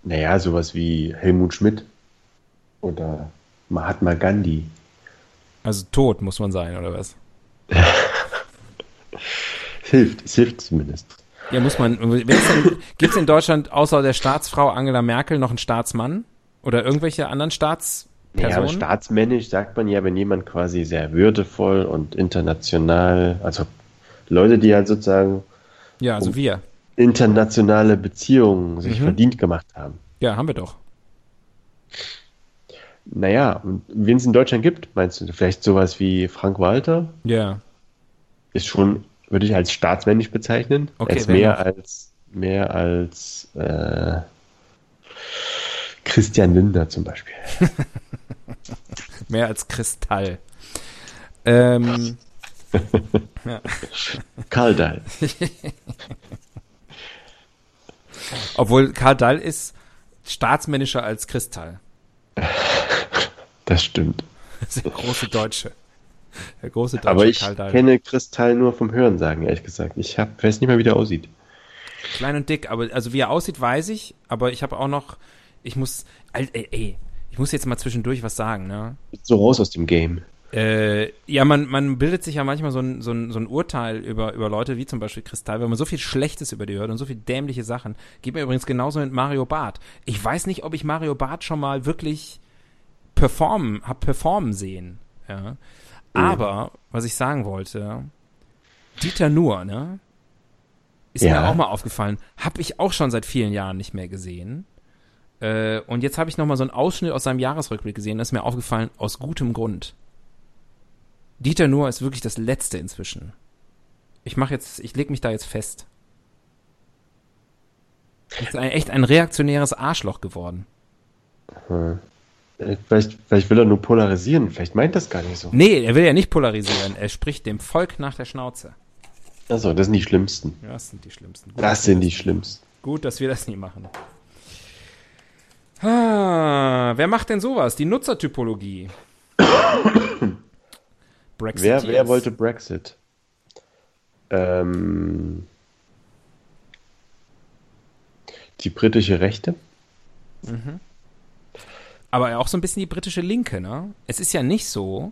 Speaker 2: Naja, sowas wie Helmut Schmidt oder Mahatma Gandhi.
Speaker 1: Also tot muss man sein, oder was?
Speaker 2: Es hilft, es hilft zumindest.
Speaker 1: Ja, muss man. wer ist denn- Gibt's in Deutschland außer der Staatsfrau Angela Merkel noch einen Staatsmann? Oder irgendwelche anderen
Speaker 2: Ja, aber
Speaker 1: Staatspersonen?
Speaker 2: staatsmännisch sagt man ja, wenn jemand quasi sehr würdevoll und international, also Leute, die halt sozusagen
Speaker 1: ja,
Speaker 2: Oh.
Speaker 1: also wir.
Speaker 2: internationale Beziehungen sich
Speaker 1: Mhm.
Speaker 2: verdient gemacht haben.
Speaker 1: Ja, haben wir doch.
Speaker 2: Naja, und wen es in Deutschland gibt, meinst du, vielleicht sowas wie Frank Walter?
Speaker 1: Ja.
Speaker 2: ist schon, würde ich als staatsmännisch bezeichnen.
Speaker 1: Okay,
Speaker 2: als
Speaker 1: wer
Speaker 2: mehr
Speaker 1: noch?
Speaker 2: als mehr als äh, Christian Linder zum Beispiel.
Speaker 1: Mehr als Kristall. Ähm,
Speaker 2: Karl Dahl.
Speaker 1: obwohl Karl Dall ist staatsmännischer als Kristall.
Speaker 2: Das stimmt.
Speaker 1: Das ist der große Deutsche. Der große Deutsche
Speaker 2: Aber ich
Speaker 1: Karl Dall.
Speaker 2: kenne Kristall nur vom Hörensagen, ehrlich gesagt. Ich hab, weiß nicht mal, wie der aussieht.
Speaker 1: Klein und dick, aber also wie er aussieht, weiß ich, aber ich habe auch noch, ich muss, Al- ey, ey, ich muss jetzt mal zwischendurch was sagen, ne?
Speaker 2: Ist So raus aus dem Game.
Speaker 1: Äh, ja, man, man bildet sich ja manchmal so ein, so ein, so ein Urteil über, über Leute wie zum Beispiel Kristall, wenn man so viel Schlechtes über die hört und so viel dämliche Sachen. Geht mir übrigens genauso mit Mario Barth. Ich weiß nicht, ob ich Mario Barth schon mal wirklich performen, hab performen sehen, ja. Aber, was ich sagen wollte, Dieter Nuhr, ne? Ist mir
Speaker 2: Ja.
Speaker 1: auch mal aufgefallen. Hab ich auch schon seit vielen Jahren nicht mehr gesehen. Äh, und jetzt habe ich noch mal so einen Ausschnitt aus seinem Jahresrückblick gesehen. Das ist mir aufgefallen, aus gutem Grund. Dieter Nuhr ist wirklich das Letzte inzwischen. Ich mache jetzt, ich leg mich da jetzt fest. Ist ein, echt ein reaktionäres Arschloch geworden.
Speaker 2: Äh, Vielleicht, vielleicht will er nur polarisieren. Vielleicht meint das gar nicht so.
Speaker 1: Nee, er will ja nicht polarisieren. Er spricht dem Volk nach der Schnauze.
Speaker 2: Achso, Also, das sind die Schlimmsten.
Speaker 1: Ja, das sind die Schlimmsten. Gut,
Speaker 2: Das sind die Schlimmsten.
Speaker 1: gut dass wir das nie machen. Ah, wer macht denn sowas? Die Nutzertypologie.
Speaker 2: Wer, wer
Speaker 1: Brexiteers.
Speaker 2: wollte Brexit? Ähm, die britische Rechte?
Speaker 1: aber auch so ein bisschen die britische Linke, ne? Es ist ja nicht so,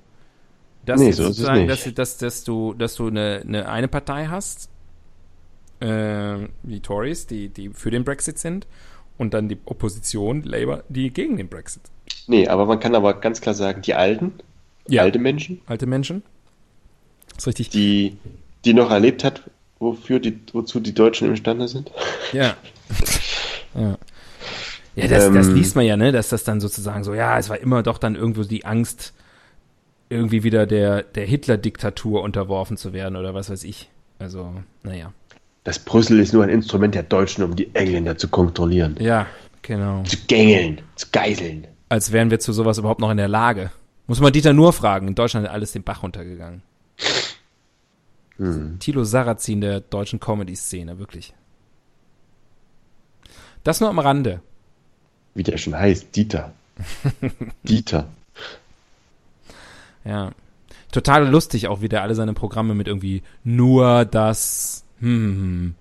Speaker 1: dass,
Speaker 2: Nee,
Speaker 1: jetzt
Speaker 2: so ist es
Speaker 1: sozusagen,
Speaker 2: nicht.
Speaker 1: dass, dass, dass du, dass du eine, eine, eine Partei hast, ähm, die Tories, die, die für den Brexit sind, und dann die Opposition, Labour, die gegen den Brexit.
Speaker 2: Nee, aber man kann aber ganz klar sagen, die Alten,
Speaker 1: Ja.
Speaker 2: alte Menschen,
Speaker 1: Alte Menschen. Ist richtig.
Speaker 2: die, die noch erlebt hat, wofür die, wozu die Deutschen imstande sind.
Speaker 1: Ja. Ja. Ja, das, das
Speaker 2: Ähm.
Speaker 1: liest man ja, ne, dass das dann sozusagen so, ja, es war immer doch dann irgendwo die Angst, irgendwie wieder der, der Hitler-Diktatur unterworfen zu werden oder was weiß ich. Also, naja.
Speaker 2: Das Brüssel ist nur ein Instrument der Deutschen, um die Engländer zu kontrollieren.
Speaker 1: Ja, genau.
Speaker 2: Zu gängeln, zu geiseln.
Speaker 1: Als wären wir zu sowas überhaupt noch in der Lage. Muss man Dieter nur fragen. In Deutschland ist alles den Bach runtergegangen. Thilo Sarrazin der deutschen Comedy-Szene, wirklich. Das nur am Rande.
Speaker 2: Wie der schon heißt, Dieter. Dieter.
Speaker 1: Ja. Total lustig auch, wie der alle seine Programme mit irgendwie nur das hm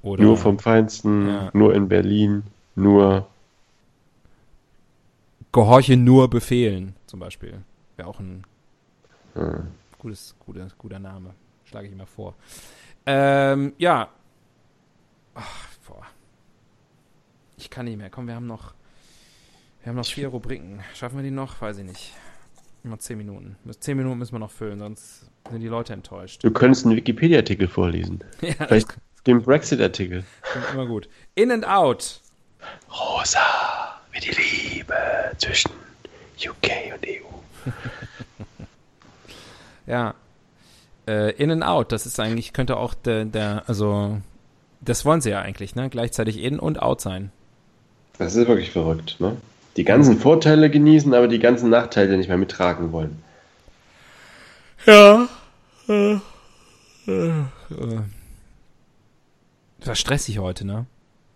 Speaker 1: oder
Speaker 2: Nur vom Feinsten,
Speaker 1: Ja.
Speaker 2: nur in Berlin, nur.
Speaker 1: Gehorche nur Befehlen zum Beispiel. Wäre auch ein
Speaker 2: Äh,
Speaker 1: gutes, guter, guter Name. Schlage ich immer vor. Ähm, ja. Ach, boah. Ich kann nicht mehr. Komm, wir haben noch, wir haben noch vier Rubriken. Schaffen wir die noch? Weiß ich nicht. Immer zehn Minuten. Müs- Zehn Minuten müssen wir noch füllen, sonst sind die Leute enttäuscht.
Speaker 2: du könntest einen Wikipedia-Artikel vorlesen.
Speaker 1: Ja, das
Speaker 2: Vielleicht den Brexit-Artikel.
Speaker 1: klingt immer gut. In and out.
Speaker 2: Rosa, wie die Liebe zwischen UK und E EU.
Speaker 1: Ja. Äh, in and out, das ist eigentlich, könnte auch der, der, also, das wollen sie ja eigentlich, ne? Gleichzeitig in und out sein.
Speaker 2: Das ist wirklich verrückt, ne? Die ganzen Vorteile genießen, aber die ganzen Nachteile nicht mehr mittragen wollen.
Speaker 1: Ja. Äh, äh, äh. War stressig heute, ne?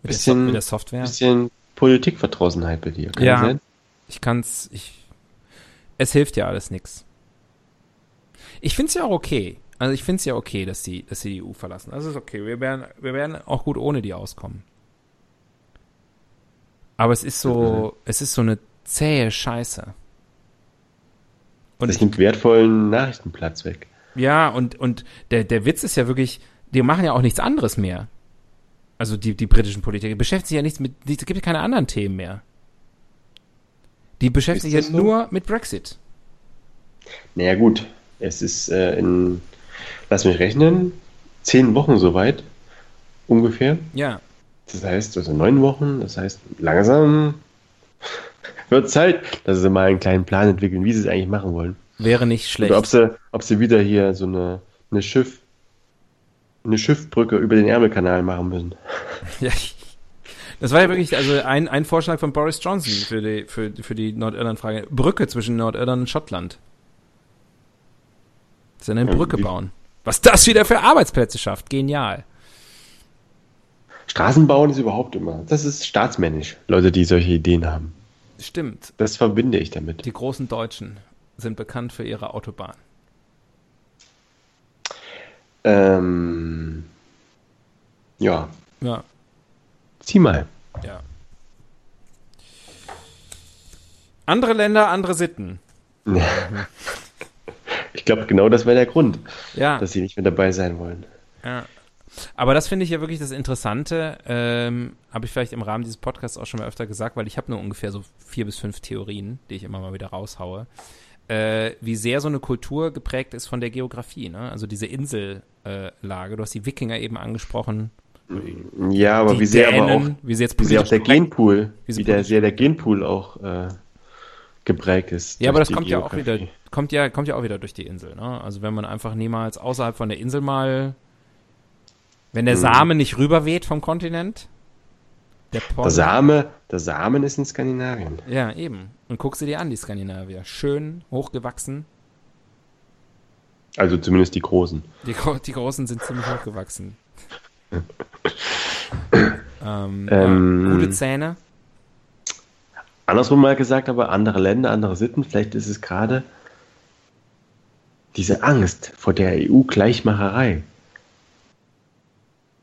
Speaker 1: Mit,
Speaker 2: Bisschen-
Speaker 1: der, Sof- mit der Software.
Speaker 2: Bisschen Politikverdrossenheit bei dir, kann
Speaker 1: Ja.
Speaker 2: das sein?
Speaker 1: Ich kann's, ich. Es hilft ja alles nix. Ich find's ja auch okay. Also ich find's ja okay, dass sie, dass sie die EU verlassen. Also ist okay. Wir werden, wir werden auch gut ohne die auskommen. Aber es ist so, es ist so eine zähe Scheiße. Und
Speaker 2: Das nimmt wertvollen Nachrichtenplatz weg.
Speaker 1: Ja, und, und der, der Witz ist ja wirklich, die machen ja auch nichts anderes mehr. Also die, die britischen Politiker beschäftigen sich ja nichts mit, die- es gibt ja keine anderen Themen mehr. Die beschäftigen sich
Speaker 2: Ist
Speaker 1: ja
Speaker 2: das so?
Speaker 1: nur mit Brexit.
Speaker 2: Naja, gut. Es ist äh, in, lass mich rechnen, zehn Wochen soweit, ungefähr.
Speaker 1: Ja.
Speaker 2: Das heißt, also neun Wochen, das heißt, langsam wird Zeit, dass sie mal einen kleinen Plan entwickeln, wie sie es eigentlich machen wollen.
Speaker 1: Wäre nicht schlecht.
Speaker 2: Oder ob sie, ob sie wieder hier so eine, eine Schiff, eine Schiffbrücke über den Ärmelkanal machen müssen.
Speaker 1: Ja. Das war ja wirklich also ein, ein Vorschlag von Boris Johnson für die, für, für die Nordirland-Frage. Brücke zwischen Nordirland und Schottland. Dass eine
Speaker 2: Ja,
Speaker 1: Brücke
Speaker 2: Hm, wie-
Speaker 1: bauen. Was das wieder für Arbeitsplätze schafft. Genial.
Speaker 2: Straßen bauen ist überhaupt immer. Das ist staatsmännisch. Leute, die solche Ideen haben.
Speaker 1: Stimmt.
Speaker 2: Das verbinde ich damit.
Speaker 1: Die großen Deutschen sind bekannt für ihre Autobahn.
Speaker 2: Ähm, ja,
Speaker 1: Ja,
Speaker 2: zieh mal.
Speaker 1: ja. Andere Länder, andere Sitten.
Speaker 2: Ich glaube, genau das war der Grund,
Speaker 1: Ja,
Speaker 2: dass sie nicht mehr dabei sein wollen.
Speaker 1: ja. Aber das finde ich ja wirklich das Interessante. Ähm, habe ich vielleicht im Rahmen dieses Podcasts auch schon mal öfter gesagt, weil ich habe nur ungefähr so vier bis fünf Theorien, die ich immer mal wieder raushaue. Äh, wie sehr so eine Kultur geprägt ist von der Geografie, ne? Also diese Insellage. Äh, Lage. du hast die Wikinger eben angesprochen.
Speaker 2: Ja, aber
Speaker 1: die
Speaker 2: wie sehr aber auch,
Speaker 1: Dänen, wie sie jetzt
Speaker 2: wie sehr auch der
Speaker 1: politisch korrekt-
Speaker 2: Genpool,
Speaker 1: Wie sie
Speaker 2: wie der,
Speaker 1: politisch
Speaker 2: sehr der Genpool auch äh, geprägt ist.
Speaker 1: Ja, aber das
Speaker 2: durch die
Speaker 1: kommt ja auch
Speaker 2: Geografie.
Speaker 1: wieder, kommt ja, kommt ja auch wieder durch die Insel, ne? Also wenn man einfach niemals außerhalb von der Insel mal, wenn
Speaker 2: Mhm.
Speaker 1: der Same nicht rüberweht vom Kontinent, der Porn,
Speaker 2: Der Same, der Samen ist in Skandinavien.
Speaker 1: ja eben. Und guck sie dir an, die Skandinavier, schön hochgewachsen.
Speaker 2: Also zumindest die Großen.
Speaker 1: Die, gro- die Großen sind ziemlich hochgewachsen. ähm,
Speaker 2: Ähm.
Speaker 1: ja, gute Zähne.
Speaker 2: Andersrum mal gesagt, aber andere Länder, andere Sitten, vielleicht ist es gerade diese Angst vor der E EU-Gleichmacherei,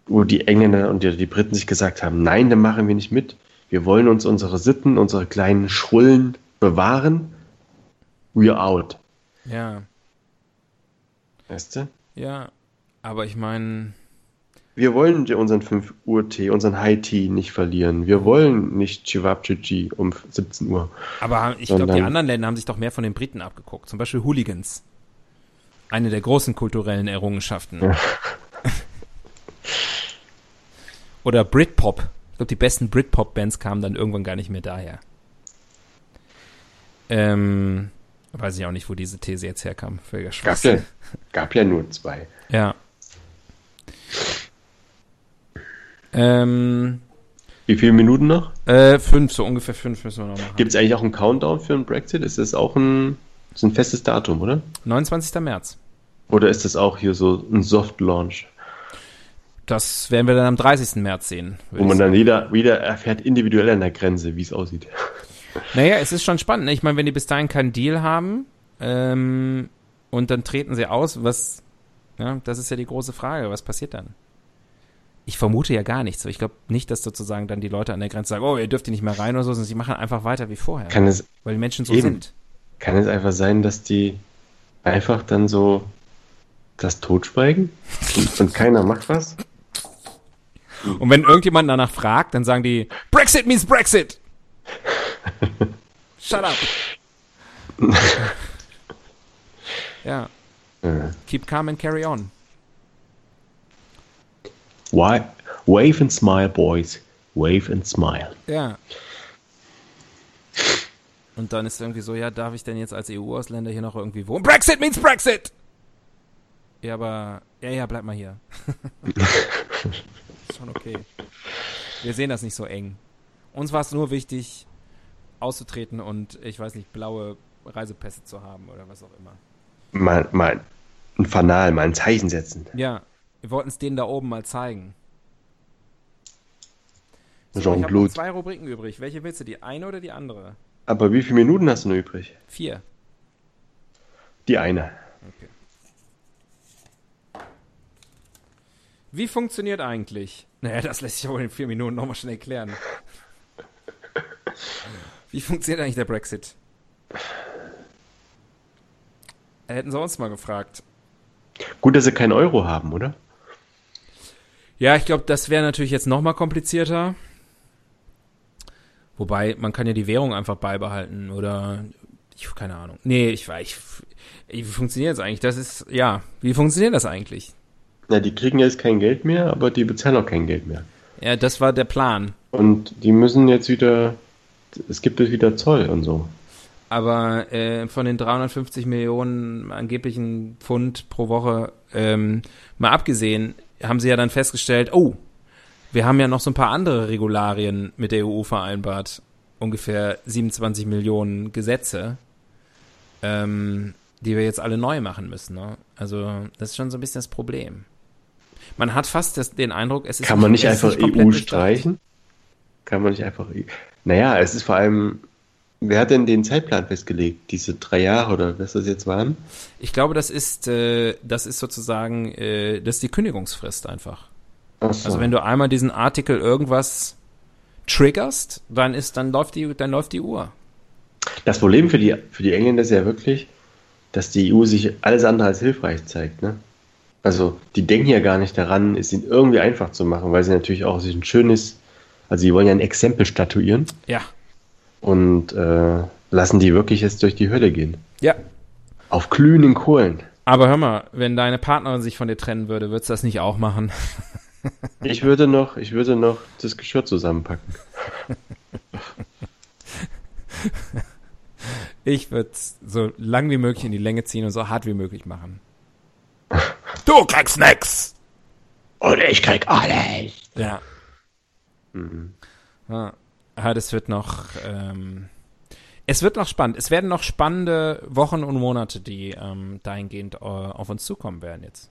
Speaker 2: wo die Engländer und die, die Briten sich gesagt haben, nein, da machen wir nicht mit. Wir wollen uns unsere Sitten, unsere kleinen Schrullen bewahren. We're out.
Speaker 1: Ja,
Speaker 2: Weißt du?
Speaker 1: ja. Aber ich meine,
Speaker 2: Wir wollen dir unseren 5 Uhr Tee, unseren High Tea nicht verlieren. Wir wollen nicht Chivapchichi um 17 Uhr.
Speaker 1: Aber haben- ich glaube, die
Speaker 2: Sondern-
Speaker 1: anderen Länder haben sich doch mehr von den Briten abgeguckt. Zum Beispiel Hooligans. Eine der großen kulturellen Errungenschaften. Oder Britpop. Ich glaube, die besten Britpop-Bands kamen dann irgendwann gar nicht mehr daher. Ähm, weiß ich auch nicht, wo diese These jetzt herkam. Völliger
Speaker 2: Gab
Speaker 1: Schwachsinn.
Speaker 2: ja, gab ja nur zwei.
Speaker 1: Ja. Ähm,
Speaker 2: Wie viele Minuten noch?
Speaker 1: äh, fünf, so ungefähr fünf müssen wir noch machen.
Speaker 2: Gibt es eigentlich auch einen Countdown für einen Brexit? Ist das auch ein, ist ein festes Datum, oder?
Speaker 1: 29. März.
Speaker 2: Oder ist das auch hier so ein Soft Launch,
Speaker 1: Das werden wir dann am 30. März sehen.
Speaker 2: wo man dann jeder, jeder erfährt individuell an der Grenze, wie es aussieht?
Speaker 1: Naja, es ist schon spannend. Ne? Ich meine, wenn die bis dahin keinen Deal haben ähm, und dann treten sie aus, was, ja, das ist ja die große Frage, was passiert dann? Ich vermute ja gar nichts. Ich glaube nicht, dass sozusagen dann die Leute an der Grenze sagen, oh, ihr dürft hier nicht mehr rein oder so, sondern sie machen einfach weiter wie vorher,
Speaker 2: Kann es,
Speaker 1: weil die Menschen so
Speaker 2: Eben.
Speaker 1: sind.
Speaker 2: kann es einfach sein, dass die einfach dann so das totschweigen und, und keiner macht was?
Speaker 1: Und wenn irgendjemand danach fragt, dann sagen die, Brexit means Brexit! Shut up! ja,
Speaker 2: Äh,
Speaker 1: keep calm and carry on.
Speaker 2: Why? Wave and smile, boys. Wave and smile.
Speaker 1: Ja. Und dann ist irgendwie so, ja, darf ich denn jetzt als EU-Ausländer hier noch irgendwie wohnen? Brexit means Brexit! Ja, aber, ja, ja, bleib mal hier. Ist Schon okay. Wir sehen das nicht so eng. Uns war es nur wichtig, auszutreten und, ich weiß nicht, blaue Reisepässe zu haben oder was auch immer.
Speaker 2: Mal, mal ein Fanal, mal ein Zeichen setzen.
Speaker 1: Ja, wir wollten es denen da oben mal zeigen. ich habe noch
Speaker 2: Jean-Claude.
Speaker 1: zwei Rubriken übrig. Welche willst du, die eine oder die andere?
Speaker 2: Aber wie viele Minuten hast du noch übrig?
Speaker 1: Vier.
Speaker 2: Die eine.
Speaker 1: Okay. Wie funktioniert eigentlich? Naja, das lässt sich wohl in vier Minuten nochmal schnell klären. Wie funktioniert eigentlich der Brexit? Hätten sie uns mal gefragt.
Speaker 2: Gut, dass sie keinen Euro haben, oder?
Speaker 1: Ja, ich glaube, das wäre natürlich jetzt nochmal komplizierter. Wobei, man kann ja die Währung einfach beibehalten oder ich keine Ahnung. Nee, ich weiß. Ich, ich, wie funktioniert das eigentlich? Das ist, ja, wie funktioniert das eigentlich?
Speaker 2: Na, die kriegen jetzt kein Geld mehr, aber die bezahlen auch kein Geld mehr.
Speaker 1: Ja, das war der Plan.
Speaker 2: Und die müssen jetzt wieder. Es gibt jetzt wieder Zoll und so.
Speaker 1: Aber äh, von den 350 Millionen angeblichen Pfund pro Woche ähm, mal abgesehen, haben sie ja dann festgestellt, oh, wir haben ja noch so ein paar andere Regularien mit der EU vereinbart. Ungefähr 27 Millionen Gesetze, ähm, die wir jetzt alle neu machen müssen. Ne? Also das ist schon so ein bisschen das Problem. Man hat fast das, den Eindruck, es ist
Speaker 2: Kann man nicht
Speaker 1: es ist
Speaker 2: einfach
Speaker 1: komplett
Speaker 2: EU
Speaker 1: durchdacht.
Speaker 2: streichen? Kann man nicht einfach. EU Naja, es ist vor allem. Wer hat denn den Zeitplan festgelegt? Diese drei Jahre oder was das jetzt waren?
Speaker 1: Ich glaube, das ist, äh, das ist sozusagen, äh, das ist die Kündigungsfrist einfach.
Speaker 2: Achso.
Speaker 1: Also wenn du einmal diesen Artikel irgendwas triggerst, dann ist, dann läuft die, dann läuft die Uhr.
Speaker 2: das Problem für die, für die Engländer ist ja wirklich, dass die EU sich alles andere als hilfreich zeigt. Ne? Also die denken ja gar nicht daran, es ihnen irgendwie einfach zu machen, weil sie natürlich auch sich ein schönes. Also sie wollen ja ein Exempel statuieren.
Speaker 1: Ja.
Speaker 2: und äh, lassen die wirklich jetzt durch die Hölle gehen.
Speaker 1: Ja.
Speaker 2: Auf glühenden Kohlen.
Speaker 1: Aber hör mal, wenn deine Partnerin sich von dir trennen würde, würdest du das nicht auch machen?
Speaker 2: Ich würde noch, ich würde noch das Geschirr zusammenpacken.
Speaker 1: Ich würde so lang wie möglich in die Länge ziehen und so hart wie möglich machen. Du kriegst nix!
Speaker 2: Und ich krieg alles.
Speaker 1: Ja. Ja, Ah, das wird noch. Ähm, es wird noch spannend. Es werden noch spannende Wochen und Monate, die ähm, dahingehend äh, auf uns zukommen werden jetzt.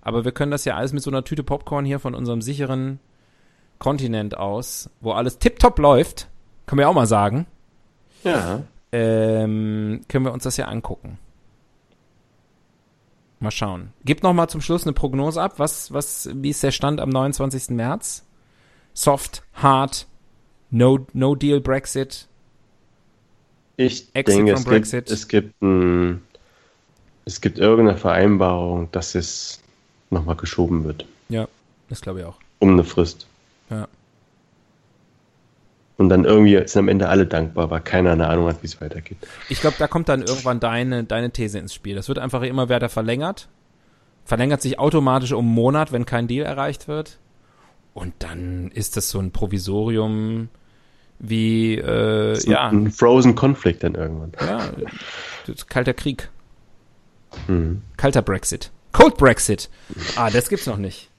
Speaker 1: Aber wir können das ja alles mit so einer Tüte Popcorn hier von unserem sicheren Kontinent aus, wo alles tipptopp läuft, können wir auch mal sagen,
Speaker 2: Ja.
Speaker 1: ähm, können wir uns das ja angucken. Mal schauen. Gib noch mal zum Schluss eine Prognose ab. Was, was, wie ist der Stand am 29. März? Soft, hard, no, no deal Brexit.
Speaker 2: Ich
Speaker 1: Exit
Speaker 2: denke,
Speaker 1: from
Speaker 2: es gibt,
Speaker 1: Brexit.
Speaker 2: es gibt ein, es gibt irgendeine Vereinbarung, dass es nochmal geschoben wird.
Speaker 1: Ja, das glaube ich auch.
Speaker 2: Um eine Frist.
Speaker 1: Ja.
Speaker 2: Und dann irgendwie sind am Ende alle dankbar, weil keiner eine Ahnung hat, wie es weitergeht.
Speaker 1: Ich glaube, da kommt dann irgendwann deine, deine These ins Spiel. Das wird einfach immer weiter verlängert. Verlängert sich automatisch um einen Monat, wenn kein Deal erreicht wird. Und dann ist das so ein Provisorium wie, äh,
Speaker 2: So
Speaker 1: ja,
Speaker 2: Ein Frozen Conflict dann irgendwann.
Speaker 1: ja, das ist kalter Krieg,
Speaker 2: Hm.
Speaker 1: kalter Brexit, Cold Brexit. Ah, das gibt's noch nicht.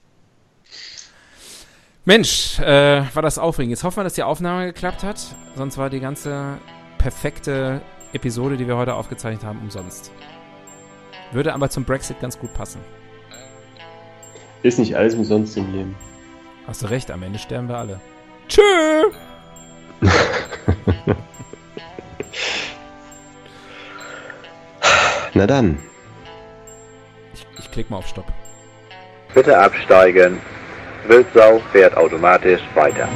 Speaker 1: Mensch, äh, war das aufregend. Jetzt hoffen wir, dass die Aufnahme geklappt hat. Sonst war die ganze perfekte Episode, die wir heute aufgezeichnet haben, umsonst. Würde aber zum Brexit ganz gut passen.
Speaker 2: Ist nicht alles umsonst im Leben.
Speaker 1: Hast du recht, am Ende sterben wir alle. Tschö!
Speaker 2: Na dann.
Speaker 1: Ich, ich klick mal auf Stopp.
Speaker 4: Bitte absteigen. Wildsau fährt automatisch weiter.